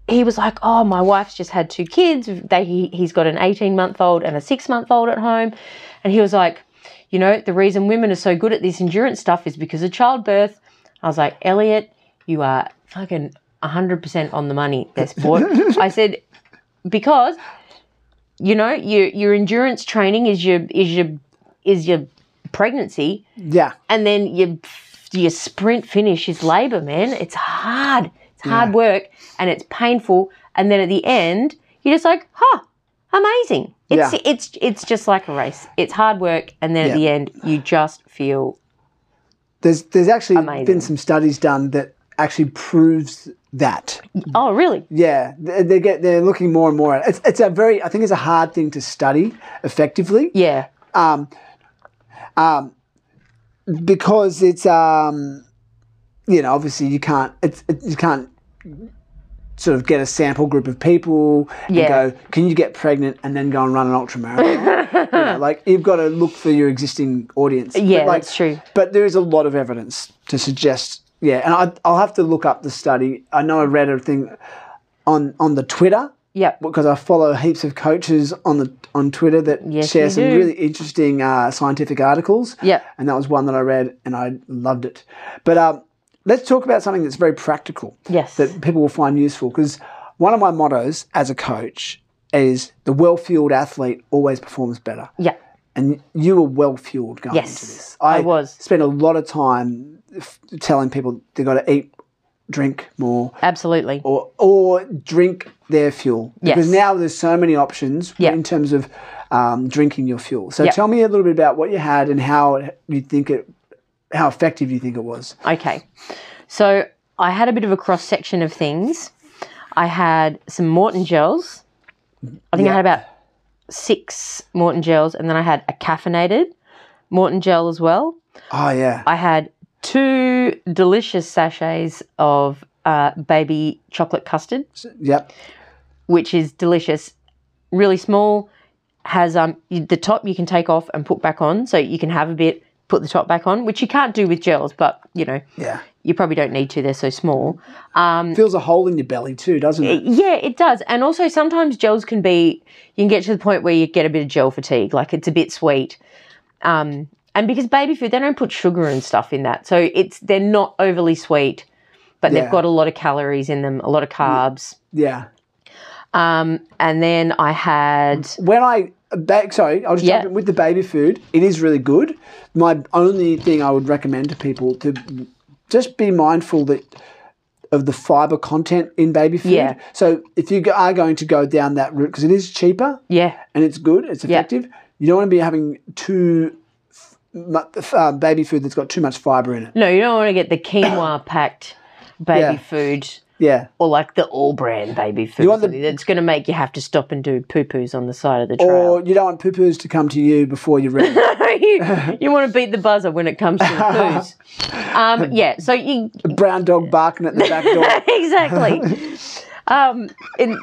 Speaker 2: he was like, "Oh, my wife's just had two kids. They he, he's got an eighteen month old and a six month old at home," and he was like, "You know, the reason women are so good at this endurance stuff is because of childbirth." I was like, "Elliot, you are fucking." 100% on the money there, sport. I said, because you know your your endurance training is your is your is your pregnancy
Speaker 1: Yeah.
Speaker 2: and then your your sprint finish is labor man it's hard it's hard work and it's painful and then at the end you're just like huh amazing it's
Speaker 1: Yeah.
Speaker 2: it's it's just like a race it's hard work and then
Speaker 1: Yeah.
Speaker 2: at the end you just feel
Speaker 1: There's, there's actually
Speaker 2: Amazing.
Speaker 1: been some studies done that actually proves that.
Speaker 2: Oh, really?
Speaker 1: Yeah, they, they get they're looking more and more. at it. It's it's a very I think it's a hard thing to study effectively
Speaker 2: Yeah.
Speaker 1: um, um, because it's um, you know obviously you can't it's, it, you can't sort of get a sample group of people
Speaker 2: Yeah.
Speaker 1: and go can you get pregnant and then go and run an ultramarathon you know, like you've got to look for your existing audience
Speaker 2: Yeah,
Speaker 1: but like,
Speaker 2: that's true.
Speaker 1: but there is a lot of evidence to suggest yeah and I, I'll have to look up the study I know I read a thing on on the Twitter
Speaker 2: Yep.
Speaker 1: because I follow heaps of coaches on the on Twitter that
Speaker 2: Yes,
Speaker 1: share
Speaker 2: you
Speaker 1: some
Speaker 2: do.
Speaker 1: really interesting uh, scientific articles.
Speaker 2: Yep.
Speaker 1: and that was one that I read and I loved it. But um, let's talk about something that's very practical
Speaker 2: Yes.
Speaker 1: that people will find useful because one of my mottos as a coach is the well-fueled athlete always performs better.
Speaker 2: yeah.
Speaker 1: And you were well fueled going
Speaker 2: Yes,
Speaker 1: into this.
Speaker 2: I was.
Speaker 1: Spent a lot of time f- telling people they got to eat, drink more,
Speaker 2: Absolutely.
Speaker 1: or or drink their fuel because
Speaker 2: Yes.
Speaker 1: now there's so many options
Speaker 2: Yeah.
Speaker 1: in terms of um, drinking your fuel. So
Speaker 2: Yeah.
Speaker 1: tell me a little bit about what you had and how it- you think it, how effective you think it was.
Speaker 2: Okay. So I had a bit of a cross section of things. I had some Morton gels. I think I had about six Morton gels, and then I had a caffeinated Morton gel as well.
Speaker 1: Oh yeah,
Speaker 2: I had two delicious sachets of uh, baby chocolate custard,
Speaker 1: yep,
Speaker 2: which is delicious. Really small, has um you- the top you can take off and put back on, so you can have a bit, put the top back on, which you can't do with gels, but you know
Speaker 1: yeah.
Speaker 2: you probably don't need to. They're so small. Um,
Speaker 1: Fills a hole in your belly too, doesn't it?
Speaker 2: Yeah, it does. And also sometimes gels can be you can get to the point where you get a bit of gel fatigue, like it's a bit sweet. Um, and because baby food, they don't put sugar and stuff in that, so it's they're not overly sweet, but
Speaker 1: Yeah. Mm.
Speaker 2: they've got a lot of calories in them, a lot of carbs.
Speaker 1: Yeah.
Speaker 2: Um, and then I had
Speaker 1: When I back, sorry, I'll just
Speaker 2: Yeah.
Speaker 1: jump in with the baby food. It is really good. My only thing I would recommend to people to just be mindful that of the fiber content in baby food.
Speaker 2: Yeah.
Speaker 1: So if you are going to go down that route, because it is cheaper,
Speaker 2: yeah,
Speaker 1: and it's good, it's
Speaker 2: Yeah.
Speaker 1: effective. You don't want to be having too f- mu- f- uh, baby food that's got too much fiber in it.
Speaker 2: no, you don't want to get the quinoa packed baby
Speaker 1: Yeah.
Speaker 2: food.
Speaker 1: Yeah,
Speaker 2: Or like the all brand baby food,
Speaker 1: want the-
Speaker 2: something that's going to make you have to stop and do poo poos on the side of the trail.
Speaker 1: or you don't want poo poos to come to you before you're ready.
Speaker 2: you, you want to beat the buzzer when it comes to the foos. Um, yeah, so you
Speaker 1: Brown dog barking at the back door.
Speaker 2: exactly. Um, and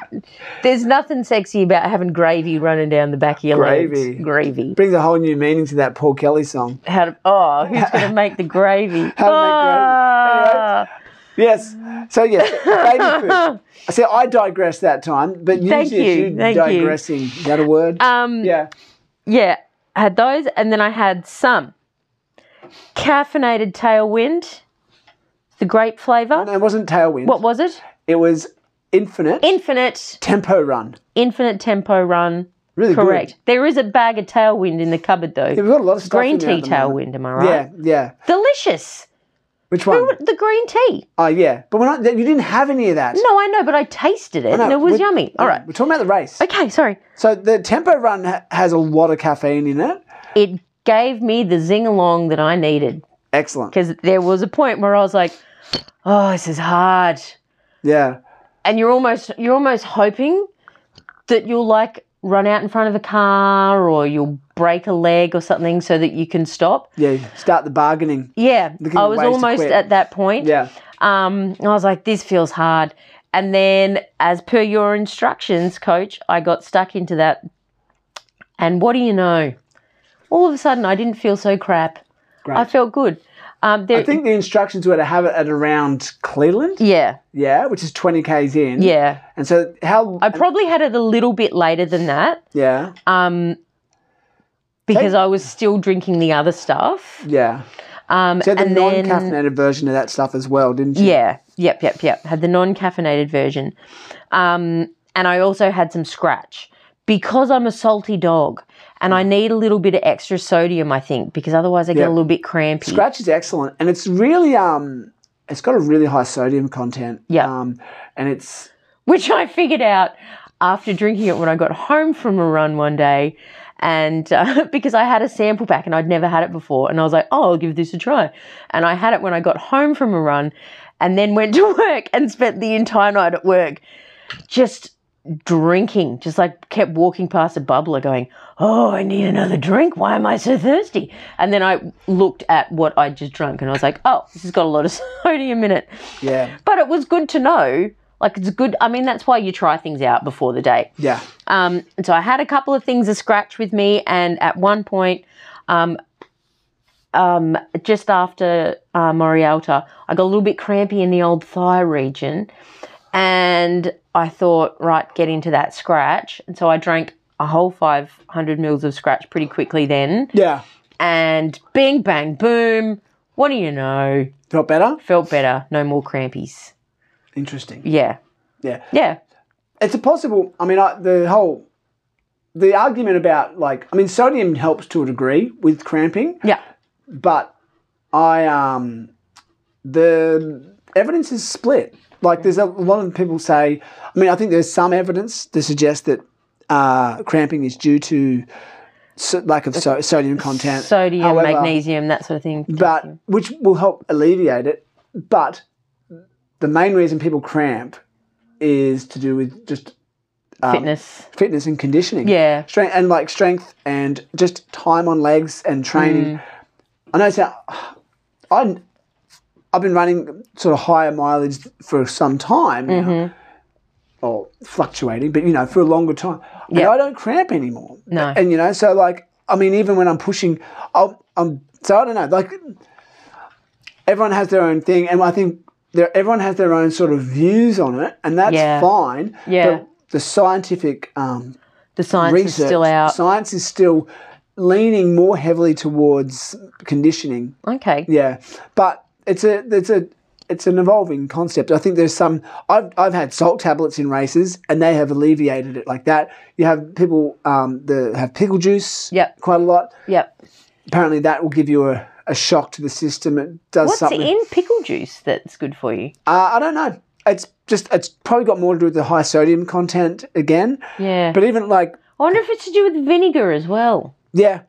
Speaker 2: there's nothing sexy about having gravy running down the back of your
Speaker 1: Gravy.
Speaker 2: legs. Gravy.
Speaker 1: Brings a whole new meaning to that Paul Kelly song.
Speaker 2: How to, oh, who's going to make the gravy?
Speaker 1: How to make gravy.
Speaker 2: Ah.
Speaker 1: Yes. So yes, baby food. See, I digress that time, but you,
Speaker 2: Thank
Speaker 1: did-
Speaker 2: you, thank you.
Speaker 1: digressing. Is that a word?
Speaker 2: Um,
Speaker 1: yeah.
Speaker 2: yeah, I had those, and then I had some caffeinated tailwind, the grape flavour.
Speaker 1: No, it wasn't tailwind.
Speaker 2: What was it?
Speaker 1: It was infinite
Speaker 2: Infinite,
Speaker 1: tempo run.
Speaker 2: infinite tempo run.
Speaker 1: Really good.
Speaker 2: Correct. There is a bag of tailwind in the cupboard though.
Speaker 1: Yeah, we've got a lot of stuff.
Speaker 2: green
Speaker 1: in there
Speaker 2: tea
Speaker 1: at the moment.
Speaker 2: tailwind, am I right?
Speaker 1: Yeah, yeah.
Speaker 2: Delicious.
Speaker 1: Which one?
Speaker 2: But The green tea.
Speaker 1: Oh yeah, but we're not. You didn't have any of that.
Speaker 2: No, I know, but I tasted it
Speaker 1: No,
Speaker 2: and it was
Speaker 1: we're-
Speaker 2: yummy. All right.
Speaker 1: We're talking about the race.
Speaker 2: Okay, sorry.
Speaker 1: So the tempo run ha- has a lot of caffeine in it.
Speaker 2: It gave me the zing along that I needed
Speaker 1: Excellent.
Speaker 2: because there was a point where I was like, oh, this is hard.
Speaker 1: Yeah.
Speaker 2: And you're almost you're almost hoping that you'll like run out in front of a car or you'll break a leg or something so that you can stop.
Speaker 1: Yeah. Start the bargaining.
Speaker 2: Yeah.
Speaker 1: Looking
Speaker 2: I
Speaker 1: at
Speaker 2: was
Speaker 1: ways to
Speaker 2: almost
Speaker 1: quit.
Speaker 2: at that point.
Speaker 1: Yeah.
Speaker 2: Um, I was like, this feels hard. And then, as per your instructions, coach, I got stuck into that. And what do you know? All of a sudden, I didn't feel so crap.
Speaker 1: Great.
Speaker 2: I felt good. Um, there,
Speaker 1: I think the instructions were to have it at around Cleveland.
Speaker 2: yeah,
Speaker 1: Yeah, which is 20 k's in.
Speaker 2: yeah.
Speaker 1: And so how?
Speaker 2: I probably had it a little bit later than that
Speaker 1: yeah.
Speaker 2: um, because I was still drinking the other stuff.
Speaker 1: Yeah.
Speaker 2: Um,
Speaker 1: So you had the
Speaker 2: and then,
Speaker 1: non-caffeinated version of that stuff as well, didn't you?
Speaker 2: yeah, yep, yep, yep. Had the non caffeinated version. Um, and I also had some scratch because I'm a salty dog and I need a little bit of extra sodium, I think, because otherwise I get
Speaker 1: Mm. Yeah.
Speaker 2: a little bit crampy.
Speaker 1: Scratch is excellent, and it's really um, it's got a really high sodium content.
Speaker 2: Yeah.
Speaker 1: Um, and it's
Speaker 2: which I figured out after drinking it when I got home from a run one day. And uh, because I had a sample pack and I'd never had it before, and I was like, oh, I'll give this a try. And I had it when I got home from a run, and then went to work and spent the entire night at work just drinking, just like kept walking past a bubbler going, Oh, I need another drink. Why am I so thirsty? And then I looked at what I'd just drunk and I was like, Oh, this has got a lot of sodium in it.
Speaker 1: Yeah.
Speaker 2: But it was good to know. Like, it's good. I mean, that's why you try things out before the date.
Speaker 1: Yeah.
Speaker 2: Um, and so I had a couple of things a scratch with me, and at one point, um, um, just after uh, Morialta, I got a little bit crampy in the old thigh region, and I thought, right, get into that scratch. And so I drank a whole 500 mils of scratch pretty quickly then,
Speaker 1: Yeah.
Speaker 2: and bing, bang, boom. What do you know?
Speaker 1: Felt better?
Speaker 2: Felt better. No more crampies.
Speaker 1: Interesting.
Speaker 2: Yeah.
Speaker 1: Yeah.
Speaker 2: Yeah.
Speaker 1: It's a possible, I mean, I, the whole, the argument about like, I mean, sodium helps to a degree with cramping,
Speaker 2: Yeah.
Speaker 1: but I, um, the evidence is split. Like, there's a lot of people say, I mean, I think there's some evidence to suggest that uh, cramping is due to so, lack of so- sodium content.
Speaker 2: Sodium,
Speaker 1: However,
Speaker 2: magnesium, that sort of thing.
Speaker 1: but which will help alleviate it. But the main reason people cramp is to do with just um,
Speaker 2: Fitness.
Speaker 1: fitness and conditioning.
Speaker 2: Yeah.
Speaker 1: strength and like strength and just time on legs and
Speaker 2: Mm.
Speaker 1: training. I know. So I I've been running sort of higher mileage for some time now,
Speaker 2: Mm-hmm.
Speaker 1: or fluctuating, but you know for a longer time. And
Speaker 2: Yeah.
Speaker 1: I don't cramp anymore.
Speaker 2: No.
Speaker 1: And you know, so like, I mean, even when I'm pushing, I'll, I'm so I don't know. Like, everyone has their own thing, and I think there everyone has their own sort of views on it, and that's
Speaker 2: Yeah.
Speaker 1: fine.
Speaker 2: Yeah.
Speaker 1: But the scientific um,
Speaker 2: The science
Speaker 1: research,
Speaker 2: is still out.
Speaker 1: science is still leaning more heavily towards conditioning.
Speaker 2: okay.
Speaker 1: Yeah, but it's a it's a it's an evolving concept. I think there's some. I've I've had salt tablets in races, and they have alleviated it like that. You have people um, that have pickle juice.
Speaker 2: Yep.
Speaker 1: quite a lot.
Speaker 2: Yep.
Speaker 1: Apparently, that will give you a, a shock to the system. It does
Speaker 2: What's
Speaker 1: something.
Speaker 2: in pickle juice that's good for you?
Speaker 1: Uh, I don't know. It's just it's probably got more to do with the high sodium content again.
Speaker 2: Yeah.
Speaker 1: But even like
Speaker 2: I wonder if it's to do with vinegar as well.
Speaker 1: yeah,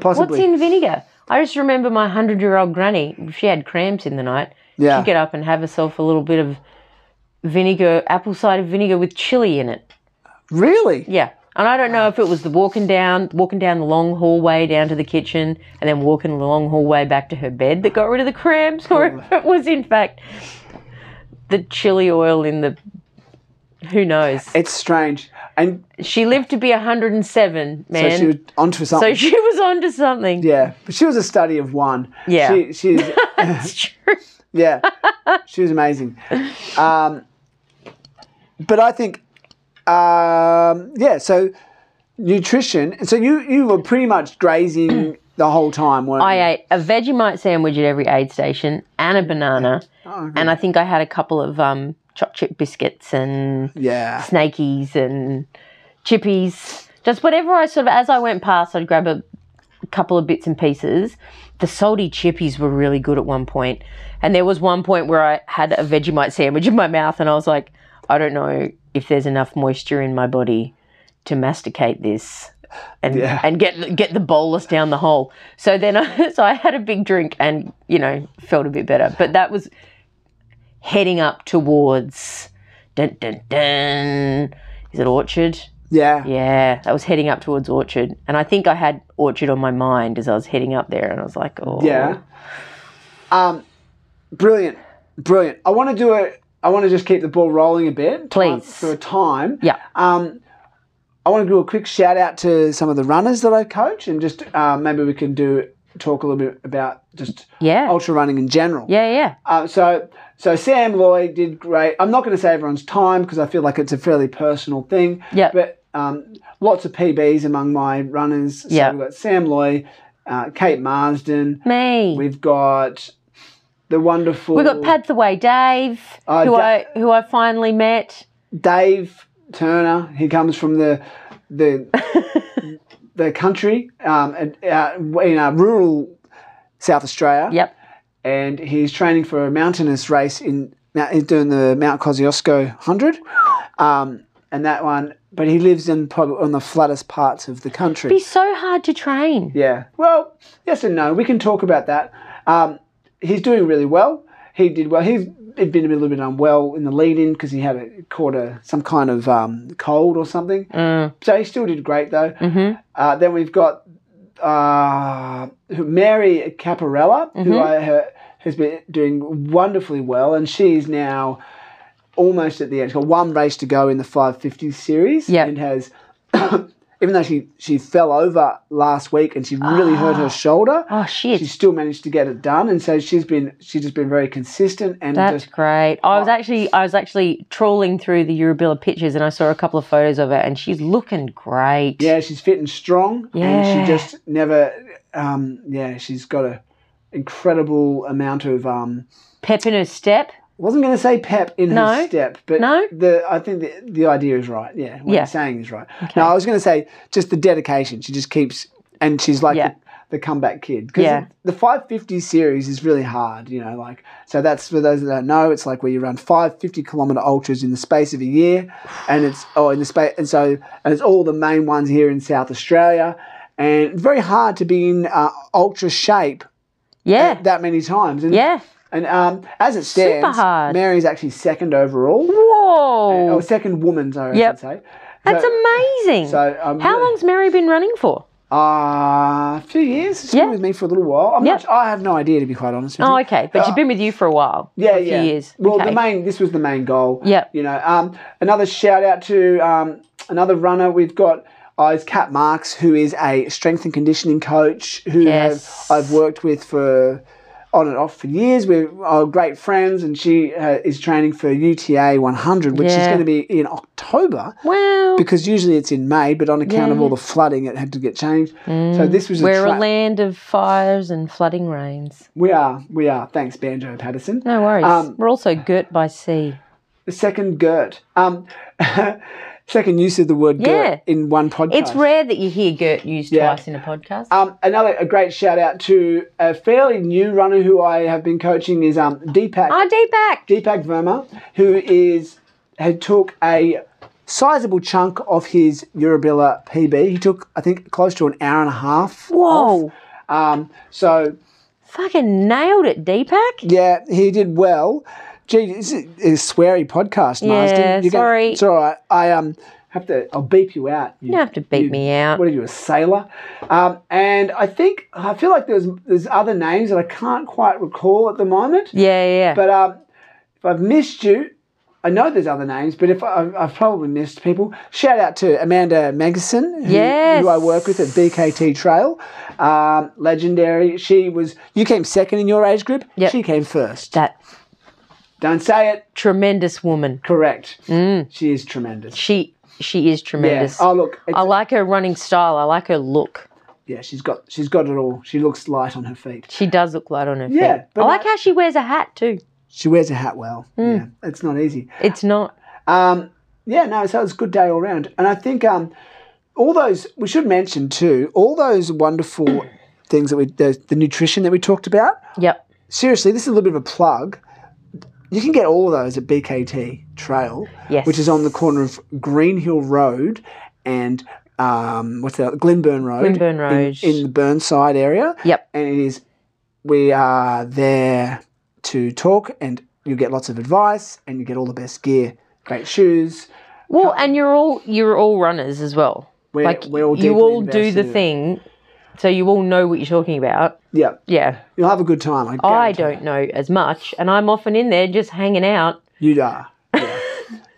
Speaker 1: possibly.
Speaker 2: in vinegar? I just remember my 100 year old granny, if she had cramps in the night,
Speaker 1: Yeah.
Speaker 2: she'd get up and have herself a little bit of vinegar, apple cider vinegar with chili in it.
Speaker 1: really?
Speaker 2: Yeah. And I don't know if it was the walking down, walking down the long hallway down to the kitchen and then walking the long hallway back to her bed that got rid of the cramps or if it was in fact the chili oil in the, who knows.
Speaker 1: It's strange. And
Speaker 2: She lived to be 107, man.
Speaker 1: so she was onto something.
Speaker 2: So she was onto something.
Speaker 1: Yeah, but she was a study of one.
Speaker 2: Yeah.
Speaker 1: she, she's
Speaker 2: That's true.
Speaker 1: yeah, she was amazing. Um, but I think, um, yeah. So nutrition. So you you were pretty much grazing the whole time, weren't you?
Speaker 2: I ate a Vegemite sandwich at every aid station and a banana.
Speaker 1: Oh,
Speaker 2: And I think I had a couple of um, choc chip biscuits and
Speaker 1: yeah,
Speaker 2: snakies and chippies. Just whatever I sort of, as I went past, I'd grab a couple of bits and pieces. The salty chippies were really good at one point. And there was one point where I had a Vegemite sandwich in my mouth and I was like, I don't know if there's enough moisture in my body to masticate this and
Speaker 1: Yeah.
Speaker 2: and get get the bolus down the hole. So then I so I had a big drink and, you know, felt a bit better. But that was heading up towards dun dun dun. Is it Orchard?
Speaker 1: yeah,
Speaker 2: Yeah, I was heading up towards Orchard, and I think I had Orchard on my mind as I was heading up there, and I was like, oh,
Speaker 1: yeah. Um, brilliant, brilliant. I want to do a. I want to just keep the ball rolling a bit, time-
Speaker 2: Please.
Speaker 1: for a time.
Speaker 2: yeah,
Speaker 1: Um, I want to do a quick shout out to some of the runners that I coach, and just uh, maybe we can do talk a little bit about just
Speaker 2: yeah,
Speaker 1: ultra running in general.
Speaker 2: yeah, yeah.
Speaker 1: Uh, so, so Sam Lloyd did great. I'm not going to say everyone's time because I feel like it's a fairly personal thing.
Speaker 2: Yeah.
Speaker 1: But um, lots of PBs among my runners. So
Speaker 2: Yeah.
Speaker 1: We've got Sam Lloyd, uh, Kate Marsden.
Speaker 2: Me.
Speaker 1: We've got the wonderful.
Speaker 2: We've got Padthaway Dave,
Speaker 1: Uh,
Speaker 2: who
Speaker 1: Da-
Speaker 2: I who I finally met.
Speaker 1: Dave Turner. He comes from the the the country um, and, uh, in uh, rural South Australia.
Speaker 2: Yep.
Speaker 1: And he's training for a mountainous race in now he's doing the Mount Kosciuszko 100, um, and that one. But he lives in probably on the flattest parts of the country.
Speaker 2: Be so hard to train.
Speaker 1: Yeah. Well, yes and no. We can talk about that. Um, he's doing really well. he did well. He's had been a little bit unwell in the lead in because he had a, caught a some kind of um, cold or something.
Speaker 2: Mm.
Speaker 1: So he still did great though.
Speaker 2: Mhm.
Speaker 1: Uh, then we've got uh, who- Mary Caparella, who I, her, has been doing wonderfully well, and she's now almost at the end. She's got one race to go in the 550 series,
Speaker 2: Yep.
Speaker 1: and has. Even though she, she fell over last week and she really hurt her shoulder,
Speaker 2: Oh shit.
Speaker 1: she still managed to get it done, and so she's been she's just been very consistent and
Speaker 2: That's
Speaker 1: just
Speaker 2: great. I
Speaker 1: Oh.
Speaker 2: was actually I was actually trawling through the Eurobilla pictures and I saw a couple of photos of her and she's looking great.
Speaker 1: yeah, she's fit and strong,
Speaker 2: Yeah.
Speaker 1: and she just never um, yeah, she's got a incredible amount of um,
Speaker 2: Pep in her step.
Speaker 1: wasn't going to say pep in
Speaker 2: No.
Speaker 1: her step, but
Speaker 2: No.
Speaker 1: the I think the, the idea is right. Yeah, what
Speaker 2: Yeah.
Speaker 1: you're saying is right. No, I was going to say just the dedication. She just keeps, and she's like
Speaker 2: Yeah.
Speaker 1: the, the comeback kid because
Speaker 2: Yeah.
Speaker 1: the 550 series is really hard. You know, like so that's for those that don't know, it's like where you run 550 kilometer ultras in the space of a year, and it's oh in the space, and so and it's all the main ones here in South Australia, and very hard to be in uh, ultra shape
Speaker 2: Yeah.
Speaker 1: that many times. And
Speaker 2: yeah.
Speaker 1: and um, as it stands,
Speaker 2: hard.
Speaker 1: Mary's actually second overall,
Speaker 2: Whoa.
Speaker 1: or second woman's, I
Speaker 2: Yep.
Speaker 1: should say.
Speaker 2: That's amazing.
Speaker 1: So, um,
Speaker 2: How long's Mary been running for?
Speaker 1: Uh, a few years. She's
Speaker 2: Yeah.
Speaker 1: been with me for a little while. I'm
Speaker 2: Yep.
Speaker 1: not su- I have no idea, to be quite honest with
Speaker 2: Oh,
Speaker 1: you.
Speaker 2: okay. But she's been with you for a while.
Speaker 1: Yeah,
Speaker 2: a few
Speaker 1: yeah.
Speaker 2: years.
Speaker 1: Well,
Speaker 2: okay.
Speaker 1: the main this was the main goal.
Speaker 2: Yep.
Speaker 1: You know, um, another shout out to um, another runner we've got uh, is Kat Marks, who is a strength and conditioning coach who
Speaker 2: Yes.
Speaker 1: have, I've worked with for on and off for years. We're uh, great friends, and she uh, is training for UTA 100, which is
Speaker 2: Yeah.
Speaker 1: going to be in October.
Speaker 2: well,
Speaker 1: Because usually it's in May, but on account of
Speaker 2: Yeah. Mm.
Speaker 1: all the flooding, it had to get changed. So this was
Speaker 2: we're
Speaker 1: a
Speaker 2: a
Speaker 1: tra-
Speaker 2: land of fires and flooding rains.
Speaker 1: we are we are thanks Banjo Patterson.
Speaker 2: No worries.
Speaker 1: Um,
Speaker 2: we're also girt by sea.
Speaker 1: The second girt. Um, second use of the word
Speaker 2: Yeah.
Speaker 1: girt in one podcast.
Speaker 2: It's rare that you hear girt used
Speaker 1: Yeah.
Speaker 2: twice in a podcast.
Speaker 1: Um, another a great shout out to a fairly new runner who I have been coaching is um, Deepak
Speaker 2: RD back.
Speaker 1: Deepak Verma, who is had took a sizable chunk of his Eurobilla PB. He took I think close to an hour and a half.
Speaker 2: Whoa.
Speaker 1: Um, so
Speaker 2: Fucking nailed it, Deepak.
Speaker 1: yeah, he did well. Gee, this is a sweary podcast, Marsden.
Speaker 2: Yeah,
Speaker 1: You're gonna-
Speaker 2: sorry.
Speaker 1: it's all right. I um have to. I'll beep you out. you
Speaker 2: You don't have to beat
Speaker 1: You-
Speaker 2: me out.
Speaker 1: what are you, a sailor? Um, and I think I feel like there's there's other names that I can't quite recall at the moment.
Speaker 2: Yeah, yeah, yeah.
Speaker 1: But um, if I've missed you, I know there's other names, but if I, I've probably missed people, shout out to Amanda Magason, who,
Speaker 2: Yes.
Speaker 1: who I work with at BKT Trail, um, legendary. She was you came second in your age group.
Speaker 2: Yep.
Speaker 1: She came first.
Speaker 2: that
Speaker 1: Don't say it.
Speaker 2: tremendous woman.
Speaker 1: Correct. She is tremendous.
Speaker 2: She she is
Speaker 1: Yeah.
Speaker 2: Mm. tremendous.
Speaker 1: Oh look, it's,
Speaker 2: I like her running style. I like her look.
Speaker 1: yeah, she's got she's got it all. She looks light on her feet.
Speaker 2: She does look light on her feet.
Speaker 1: Yeah,
Speaker 2: I
Speaker 1: but
Speaker 2: like how she wears a hat too.
Speaker 1: She wears a hat well.
Speaker 2: Hmm.
Speaker 1: Yeah, it's not easy.
Speaker 2: It's not.
Speaker 1: Um, yeah, no, so it's a good day all round. And I think um, all those we should mention too. All those wonderful things that we the, the nutrition that we talked about.
Speaker 2: Yep.
Speaker 1: Seriously, this is a little bit of a plug. You can get all of those at BKT Trail,
Speaker 2: Yes.
Speaker 1: which is on the corner of Green Hill Road and um, what's that? Glenburn Road.
Speaker 2: Glenburn
Speaker 1: in-
Speaker 2: Road.
Speaker 1: in the Burnside area
Speaker 2: Yep.
Speaker 1: and it is we are there to talk and you get lots of advice and you get all the best gear great shoes
Speaker 2: Well, and you're all you're all runners as well.
Speaker 1: we're,
Speaker 2: Like
Speaker 1: we're all
Speaker 2: you
Speaker 1: deeply
Speaker 2: all do
Speaker 1: invested
Speaker 2: the
Speaker 1: in it.
Speaker 2: thing, so you all know what you're talking about.
Speaker 1: yeah
Speaker 2: Yeah.
Speaker 1: you'll have a good time I,
Speaker 2: I
Speaker 1: guarantee
Speaker 2: don't know as much, and I'm often in there just hanging out.
Speaker 1: you are yeah.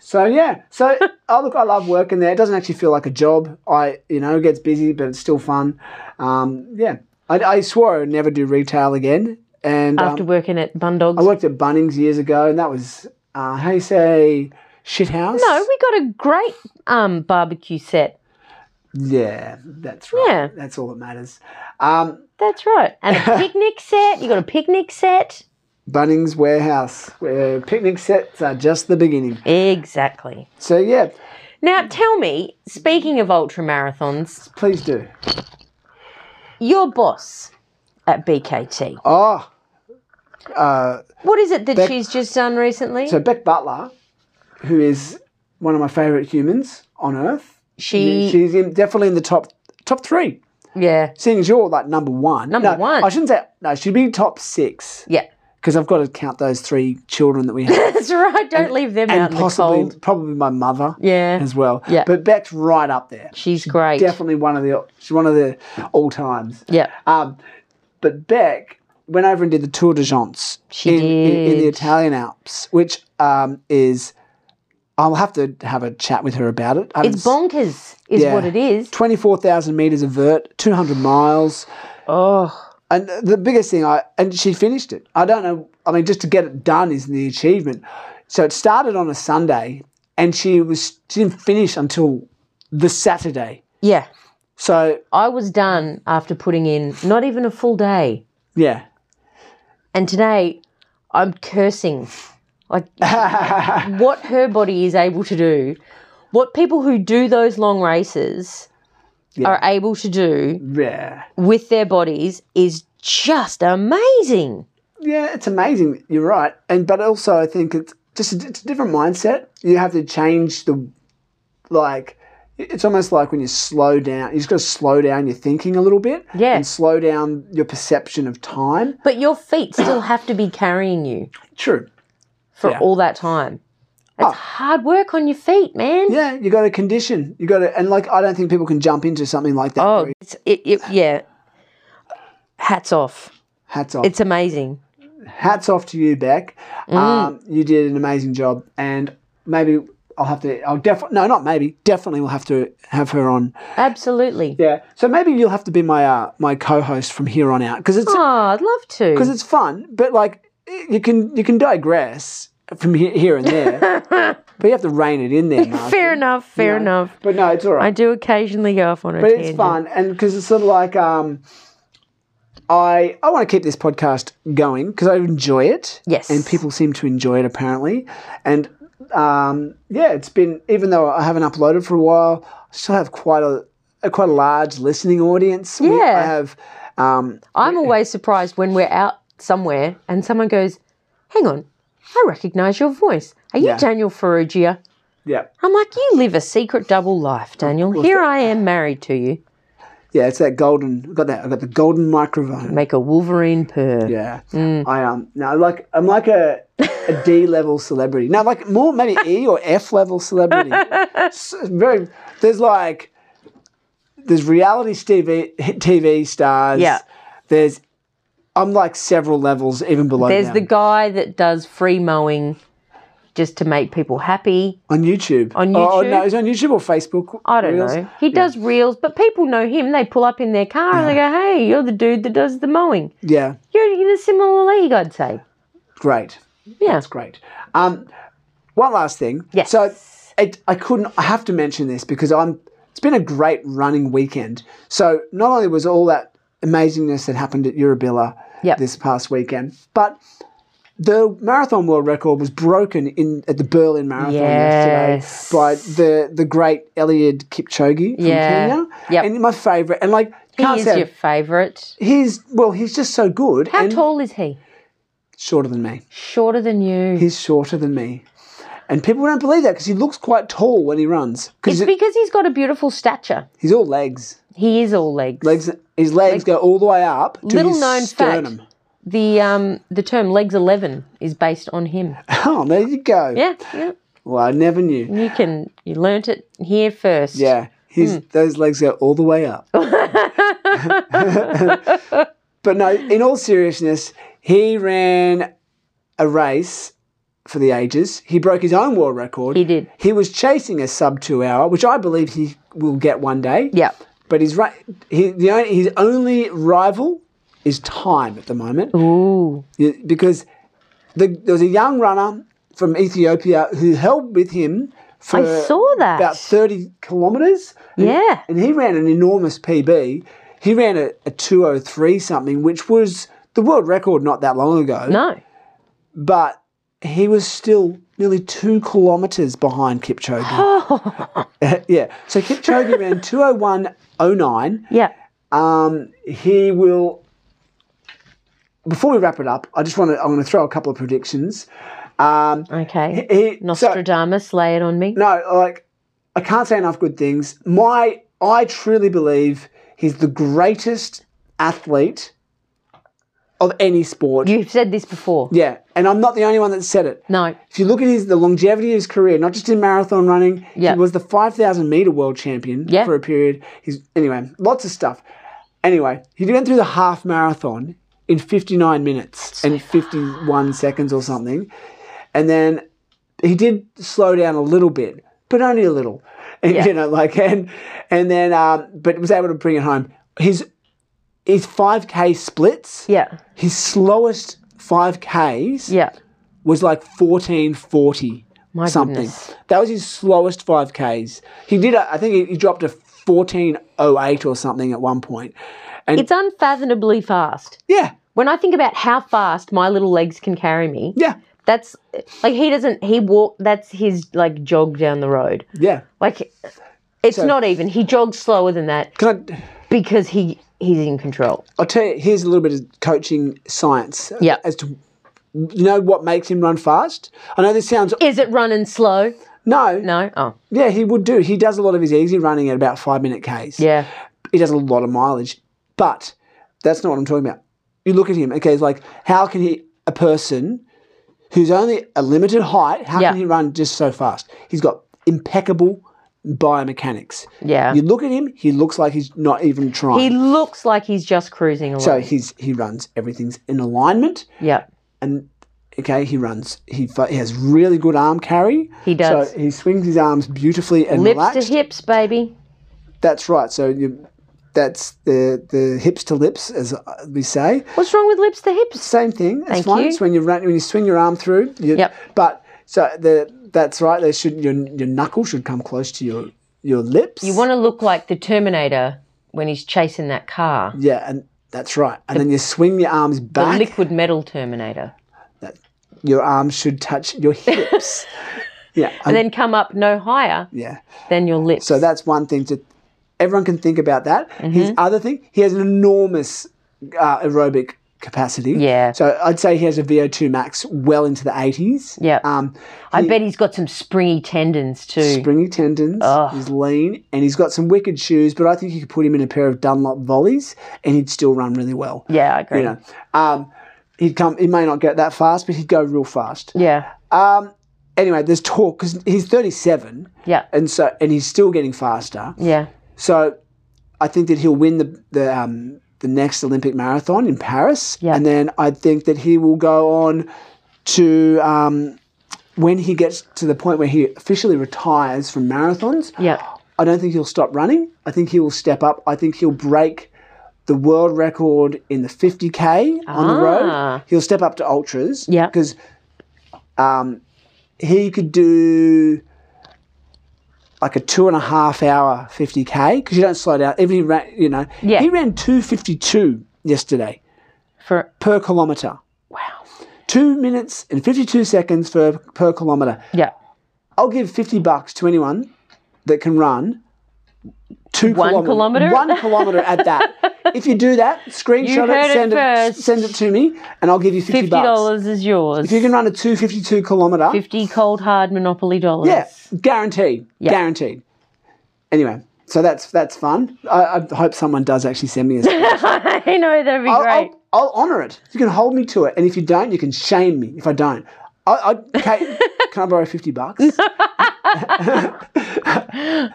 Speaker 1: so yeah so oh look I love working there it doesn't actually feel like a job I you know it gets busy but it's still fun um, yeah I, I swore I would never do retail again and um,
Speaker 2: after working at Bundogs.
Speaker 1: I worked at Bunnings years ago and that was uh, how you say shit house
Speaker 2: no, we got a great um, barbecue set.
Speaker 1: Yeah, that's right.
Speaker 2: Yeah.
Speaker 1: That's all that matters. Um,
Speaker 2: That's right. And a picnic set. You got a picnic set?
Speaker 1: Bunnings Warehouse, where picnic sets are just the beginning.
Speaker 2: Exactly.
Speaker 1: So, yeah,
Speaker 2: Now tell me, speaking of ultra marathons,
Speaker 1: please do.
Speaker 2: your boss at BKT,
Speaker 1: Oh, uh,
Speaker 2: what is it that
Speaker 1: Bec-
Speaker 2: she's just done recently?
Speaker 1: so Beck Butler, who is one of my favourite humans on earth,
Speaker 2: she,
Speaker 1: she's in, definitely in the top top three.
Speaker 2: yeah,
Speaker 1: Seeing as you're like number one.
Speaker 2: Number
Speaker 1: No,
Speaker 2: one.
Speaker 1: I shouldn't say, no, she'd be top six.
Speaker 2: yeah,
Speaker 1: because I've got to count those three children that we have,
Speaker 2: That's right. Don't leave them out
Speaker 1: and
Speaker 2: in the
Speaker 1: possibly
Speaker 2: cold.
Speaker 1: probably my mother
Speaker 2: Yeah,
Speaker 1: as well.
Speaker 2: Yeah.
Speaker 1: But Beck's right up there.
Speaker 2: she's great.
Speaker 1: Definitely one of the she's one of the all times.
Speaker 2: Yeah,
Speaker 1: Um, but Beck went over and did the Tour de Jeance
Speaker 2: She
Speaker 1: in, in, in the
Speaker 2: did.
Speaker 1: Italian Alps, which um, is I'll have to have a chat with her about it. I haven't
Speaker 2: it's bonkers, is
Speaker 1: Yeah.
Speaker 2: what it is.
Speaker 1: 24,000 meters of vert, 200 miles.
Speaker 2: Oh,
Speaker 1: And the biggest thing, I and she finished it. I don't know. I mean, just to get it done is the achievement. So it started on a Sunday, and she was she didn't finish until the Saturday.
Speaker 2: yeah.
Speaker 1: So
Speaker 2: I was done after putting in not even a full day,
Speaker 1: yeah,
Speaker 2: and today I'm cursing. Like what her body is able to do, what people who do those long races
Speaker 1: Yeah.
Speaker 2: are able to do
Speaker 1: yeah,
Speaker 2: with their bodies is just amazing.
Speaker 1: yeah. It's amazing. You're right. And but also, I think it's just a, it's a different mindset. You have to change the like. It's almost like when you slow down. You just got to slow down your thinking a little bit.
Speaker 2: Yeah.
Speaker 1: And slow down your perception of time.
Speaker 2: But your feet still have to be carrying you
Speaker 1: True.
Speaker 2: for
Speaker 1: Yeah.
Speaker 2: all that time. That's
Speaker 1: Oh.
Speaker 2: hard work on your feet, man.
Speaker 1: Yeah, you got to condition. You got to, and like I don't think people can jump into something like that.
Speaker 2: Oh,
Speaker 1: very-
Speaker 2: it's, it, it, yeah. Hats off.
Speaker 1: hats off.
Speaker 2: It's Mm. amazing.
Speaker 1: hats off to you, Beck. Um, you did an amazing job, and maybe I'll have to. I'll definitely no, not maybe. Definitely, we'll have to have her on.
Speaker 2: Absolutely.
Speaker 1: Yeah. So maybe you'll have to be my uh, my co-host from here on out because it's
Speaker 2: Oh, I'd love
Speaker 1: because
Speaker 2: to.
Speaker 1: it's fun, but like you can you can digress from he- here and there, but you have to rein it in there. Mark.
Speaker 2: Fair enough. Fair
Speaker 1: Yeah.
Speaker 2: enough.
Speaker 1: But no, it's all right.
Speaker 2: I do occasionally go off on a
Speaker 1: but
Speaker 2: tangent.
Speaker 1: it's fun and because it's sort of like um i i want to keep this podcast going because i enjoy it
Speaker 2: Yes.
Speaker 1: and people seem to enjoy it apparently and um yeah it's been even though i haven't uploaded for a while i still have quite a, a quite a large listening audience We-
Speaker 2: Yeah.
Speaker 1: i have um
Speaker 2: I'm always surprised when we're out somewhere and someone goes, Hang on, I recognise your voice. Are you
Speaker 1: Yeah.
Speaker 2: Daniel Ferrugia?
Speaker 1: yeah
Speaker 2: I'm like, You live a secret double life, Daniel. Here I am married to you.
Speaker 1: yeah it's that golden i've got that i've got the golden microphone
Speaker 2: Make a Wolverine purr.
Speaker 1: Yeah,
Speaker 2: Mm.
Speaker 1: I um no like I'm like a a D level celebrity. No, like more maybe E or F level celebrity. S very there's like there's reality TV TV stars.
Speaker 2: Yeah.
Speaker 1: there's I'm like several levels even below.
Speaker 2: There's
Speaker 1: them.
Speaker 2: the guy that does free mowing just to make people happy.
Speaker 1: on YouTube.
Speaker 2: on
Speaker 1: Oh,
Speaker 2: YouTube?
Speaker 1: no, is it on YouTube or Facebook?
Speaker 2: I don't
Speaker 1: Reels?
Speaker 2: know. He does reels, but people know him. They pull up in their car and they go, Hey, you're the dude that does the mowing.
Speaker 1: Yeah,
Speaker 2: You're in a similar league, I'd say.
Speaker 1: great.
Speaker 2: Yeah.
Speaker 1: That's great. Um, one last thing.
Speaker 2: Yes.
Speaker 1: So it, I couldn't. I have to mention this because I'm. It's been a great running weekend. So not only was all that amazingness that happened at Eurobilla
Speaker 2: Yep.
Speaker 1: this past weekend, but the marathon world record was broken in at the Berlin Marathon
Speaker 2: Yes.
Speaker 1: yesterday by the the great Eliud Kipchoge from
Speaker 2: Yeah.
Speaker 1: Kenya.
Speaker 2: Yep.
Speaker 1: And my favourite. And like can't
Speaker 2: He is
Speaker 1: say
Speaker 2: your favourite.
Speaker 1: he's well, he's just so good
Speaker 2: How
Speaker 1: and
Speaker 2: tall is he?
Speaker 1: shorter than me.
Speaker 2: Shorter than you.
Speaker 1: He's shorter than me. And people don't believe that because he looks quite tall when he runs.
Speaker 2: It's
Speaker 1: Because
Speaker 2: because he's got a beautiful stature.
Speaker 1: he's all legs.
Speaker 2: He is all legs.
Speaker 1: Legs. His legs go all the way up to
Speaker 2: Little
Speaker 1: his
Speaker 2: known fact.
Speaker 1: sternum.
Speaker 2: The um the term legs eleven is based on him.
Speaker 1: Oh, there you go.
Speaker 2: Yeah, Mm. yeah.
Speaker 1: Well, I never knew.
Speaker 2: You can you learnt it here first.
Speaker 1: Yeah, his
Speaker 2: Mm.
Speaker 1: those legs go all the way up. but no, in all seriousness, he ran a race for the ages. He broke his own world record.
Speaker 2: He did.
Speaker 1: He was chasing a sub two hour, which I believe he will get one day.
Speaker 2: Yeah.
Speaker 1: But his ri- he, the only, his only rival is time at the moment
Speaker 2: Ooh.
Speaker 1: Yeah, because the, there was a young runner from Ethiopia who held with him for
Speaker 2: I saw that.
Speaker 1: about 30 kilometres.
Speaker 2: yeah.
Speaker 1: And he ran an enormous PB. He ran a, a 203 something, which was the world record not that long ago.
Speaker 2: No.
Speaker 1: But he was still nearly two kilometres behind Kipchoge. Oh. yeah. So Kipchoge ran 201.09.
Speaker 2: Yeah.
Speaker 1: Um, he will. Before we wrap it up, I just want to. I'm going to throw a couple of predictions. Um,
Speaker 2: Okay.
Speaker 1: he, so,
Speaker 2: Nostradamus, lay it on me.
Speaker 1: no, like I can't say enough good things. My, I truly believe he's the greatest athlete of any sport.
Speaker 2: You've said this before.
Speaker 1: yeah, and I'm not the only one that said it.
Speaker 2: No.
Speaker 1: If you look at his the longevity of his career, not just in marathon running,
Speaker 2: Yeah.
Speaker 1: he was the 5,000 meter world champion
Speaker 2: Yeah.
Speaker 1: for a period. He's anyway, lots of stuff. Anyway, he went through the half marathon in 59 minutes and 51 seconds or something, and then he did slow down a little bit, but only a little. And,
Speaker 2: Yeah.
Speaker 1: You know, like and and then um, but was able to bring it home. His his 5k splits,
Speaker 2: Yeah.
Speaker 1: his slowest 5ks
Speaker 2: Yeah.
Speaker 1: was like 1440
Speaker 2: My
Speaker 1: something.
Speaker 2: goodness.
Speaker 1: That was his slowest 5Ks. He did, a, I think he, he dropped a 1408 or something at one point. And
Speaker 2: It's unfathomably fast.
Speaker 1: yeah,
Speaker 2: When I think about how fast my little legs can carry me,
Speaker 1: yeah,
Speaker 2: that's like he doesn't he walk that's his like jog down the road.
Speaker 1: yeah.
Speaker 2: Like it's
Speaker 1: So-
Speaker 2: not even. He jogs slower than that
Speaker 1: Can I,
Speaker 2: because he he's in control.
Speaker 1: I'll tell you, here's a little bit of coaching science uh,
Speaker 2: Yeah.
Speaker 1: as to, you know, what makes him run fast? I know this sounds,
Speaker 2: Is it running slow?
Speaker 1: no,
Speaker 2: No. Oh.
Speaker 1: yeah, he would do. He does a lot of his easy running at about five minute Ks.
Speaker 2: Yeah.
Speaker 1: he does a lot of mileage, but that's not what I'm talking about. You look at him, okay, it's like how can he a person who's only a limited height, how
Speaker 2: Yeah.
Speaker 1: can he run just so fast? He's got impeccable biomechanics.
Speaker 2: Yeah.
Speaker 1: You look at him, he looks like he's not even trying.
Speaker 2: He looks like he's just cruising along.
Speaker 1: so he's he runs everything's in alignment
Speaker 2: yeah.
Speaker 1: and okay, he runs he, fi- he has really good arm carry.
Speaker 2: He does.
Speaker 1: So he swings his arms beautifully and
Speaker 2: Lips
Speaker 1: relaxed.
Speaker 2: to hips, baby.
Speaker 1: That's right. So you that's the the hips to lips as uh, we say.
Speaker 2: What's wrong with lips to hips?
Speaker 1: Same thing. It's
Speaker 2: Thank
Speaker 1: fine.
Speaker 2: you.
Speaker 1: It's when you run, when you swing your arm through. You,
Speaker 2: Yep.
Speaker 1: But so the that's right. They should your your knuckle should come close to your your lips.
Speaker 2: You want to look like the Terminator when he's chasing that car.
Speaker 1: yeah, and that's right. And then you swing your arms
Speaker 2: The
Speaker 1: back.
Speaker 2: liquid metal Terminator.
Speaker 1: your arms should touch your hips. yeah.
Speaker 2: And
Speaker 1: and-
Speaker 2: then come up no higher
Speaker 1: yeah.
Speaker 2: than your lips.
Speaker 1: So that's one thing to everyone can think about that. His
Speaker 2: Mm-hmm.
Speaker 1: other thing, he has an enormous uh, aerobic capacity.
Speaker 2: Yeah.
Speaker 1: So I'd say he has a VO2 max well into the 80s.
Speaker 2: Yeah.
Speaker 1: Um,
Speaker 2: I bet he's got some springy tendons too.
Speaker 1: springy tendons. He's lean and he's got some wicked shoes, but I think you could put him in a pair of Dunlop volleys and he'd still run really well.
Speaker 2: yeah, I agree.
Speaker 1: You know, um, he'd come. He may not get that fast, but he'd go real fast.
Speaker 2: Yeah.
Speaker 1: Anyway, there's talk because he's 37,
Speaker 2: Yeah.
Speaker 1: and so and he's still getting faster.
Speaker 2: Yeah.
Speaker 1: So I think that he'll win the the um, the next Olympic marathon in Paris,
Speaker 2: Yeah.
Speaker 1: and then I think that he will go on to um, when he gets to the point where he officially retires from marathons.
Speaker 2: Yeah.
Speaker 1: I don't think he'll stop running. I think he will step up. I think he'll break the world record in the 50k on the
Speaker 2: Ah.
Speaker 1: road. He'll step up to ultras.
Speaker 2: Yeah.
Speaker 1: Because um, he could do like a two and a half hour 50k because you don't slow down. Even he ran, you know,
Speaker 2: Yeah.
Speaker 1: he ran 252 yesterday
Speaker 2: For
Speaker 1: per kilometer.
Speaker 2: wow.
Speaker 1: Two minutes and 52 seconds for, per kilometer.
Speaker 2: Yeah.
Speaker 1: I'll give 50 bucks to anyone that can run two
Speaker 2: One
Speaker 1: kilometer,
Speaker 2: kilometer?
Speaker 1: one kilometer at that. If you do that, screenshot
Speaker 2: heard
Speaker 1: it,
Speaker 2: it
Speaker 1: send it,
Speaker 2: first.
Speaker 1: send it to me, and I'll give you 50
Speaker 2: Fifty
Speaker 1: bucks.
Speaker 2: dollars is yours.
Speaker 1: If you can run a 252 kilometer,
Speaker 2: Fifty cold hard monopoly dollars.
Speaker 1: yeah, guaranteed, guaranteed. Anyway, so that's that's fun. I, I hope someone does actually send me a.
Speaker 2: I know that'd be
Speaker 1: I'll,
Speaker 2: great.
Speaker 1: I'll, I'll honor it. You can hold me to it, and if you don't, you can shame me if I don't. I, I, Kate, can I borrow fifty bucks?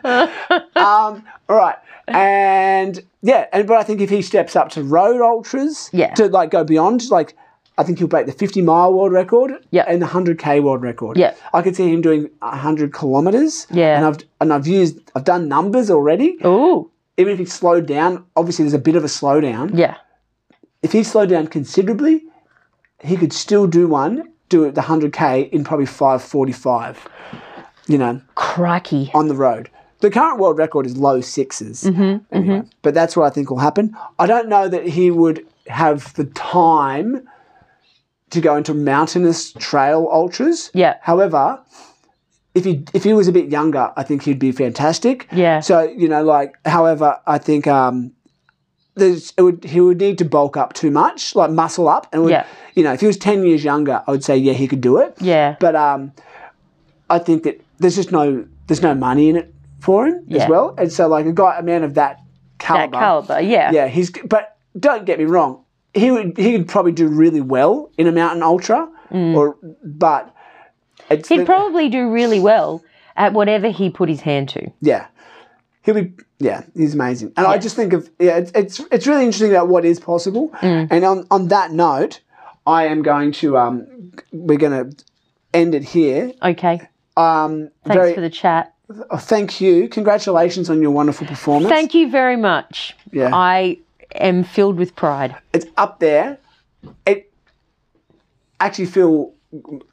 Speaker 1: um, all right, and yeah, and but I think if he steps up to road ultras,
Speaker 2: Yeah.
Speaker 1: to like go beyond, like I think he'll break the fifty mile world record,
Speaker 2: Yeah.
Speaker 1: and the hundred k world record.
Speaker 2: Yeah.
Speaker 1: I could see him doing hundred kilometers.
Speaker 2: Yeah.
Speaker 1: and I've and I've used I've done numbers already.
Speaker 2: Ooh.
Speaker 1: Even if he slowed down, obviously there's a bit of a slowdown
Speaker 2: Yeah.
Speaker 1: if he slowed down considerably, he could still do one, do it the 100k in probably 545, you know,
Speaker 2: Crikey.
Speaker 1: on the road. The current world record is low 6s anyway, but that's what I think will happen. I don't know that he would have the time to go into mountainous trail ultras.
Speaker 2: Yeah.
Speaker 1: However, if he if he was a bit younger, I think he'd be fantastic.
Speaker 2: Yeah.
Speaker 1: So you know, like, however, I think um, there's it would he would need to bulk up too much, like muscle up, and it would,
Speaker 2: Yeah.
Speaker 1: you know, if he was ten years younger, I would say yeah, he could do it.
Speaker 2: Yeah.
Speaker 1: But um, I think that there's just no there's no money in it for him
Speaker 2: Yeah.
Speaker 1: as well, and so like a guy a man of that caliber,
Speaker 2: that caliber. Yeah.
Speaker 1: yeah, he's but don't get me wrong. he would he would probably do really well in a mountain ultra, or but it's
Speaker 2: Mm. He'd
Speaker 1: the-
Speaker 2: probably do really well at whatever he put his hand to.
Speaker 1: yeah, he'll be yeah, he's amazing. And I just think of yeah, it's it's, it's really interesting about what is possible.
Speaker 2: Mm.
Speaker 1: And on on that note, I am going to um, we're going to end it here.
Speaker 2: Okay.
Speaker 1: Um,
Speaker 2: Thanks
Speaker 1: very
Speaker 2: for the chat.
Speaker 1: oh, thank you, congratulations on your wonderful performance.
Speaker 2: Thank you very much.
Speaker 1: Yeah.
Speaker 2: I am filled with pride.
Speaker 1: it's up there. It I actually feel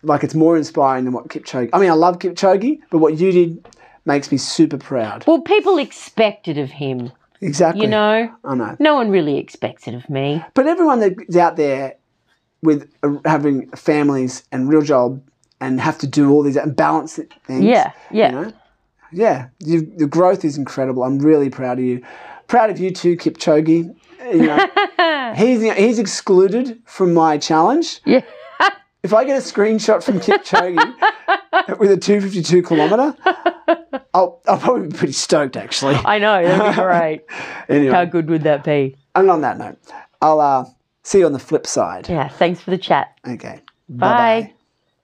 Speaker 1: like it's more inspiring than what Kipchoge. I mean, I love Kipchoge, but what you did makes me super proud.
Speaker 2: Well, people expect it of him,
Speaker 1: Exactly.
Speaker 2: you know?
Speaker 1: I know.
Speaker 2: No one really expects it of me.
Speaker 1: But everyone that's out there with uh, having families and real job and have to do all these and balance it- things.
Speaker 2: Yeah, yeah.
Speaker 1: You know? Yeah. You, the growth is incredible. I'm really proud of you. Proud of you too, Kipchoge. You know, he's he's excluded from my challenge.
Speaker 2: Yeah.
Speaker 1: If I get a screenshot from Kipchoge with a 252 kilometer, I'll, I'll probably be pretty stoked actually.
Speaker 2: I know, that'd be great.
Speaker 1: Anyway,
Speaker 2: How good would that be?
Speaker 1: and on that note, I'll uh, see you on the flip side.
Speaker 2: Yeah, thanks for the chat.
Speaker 1: Okay.
Speaker 2: Bye.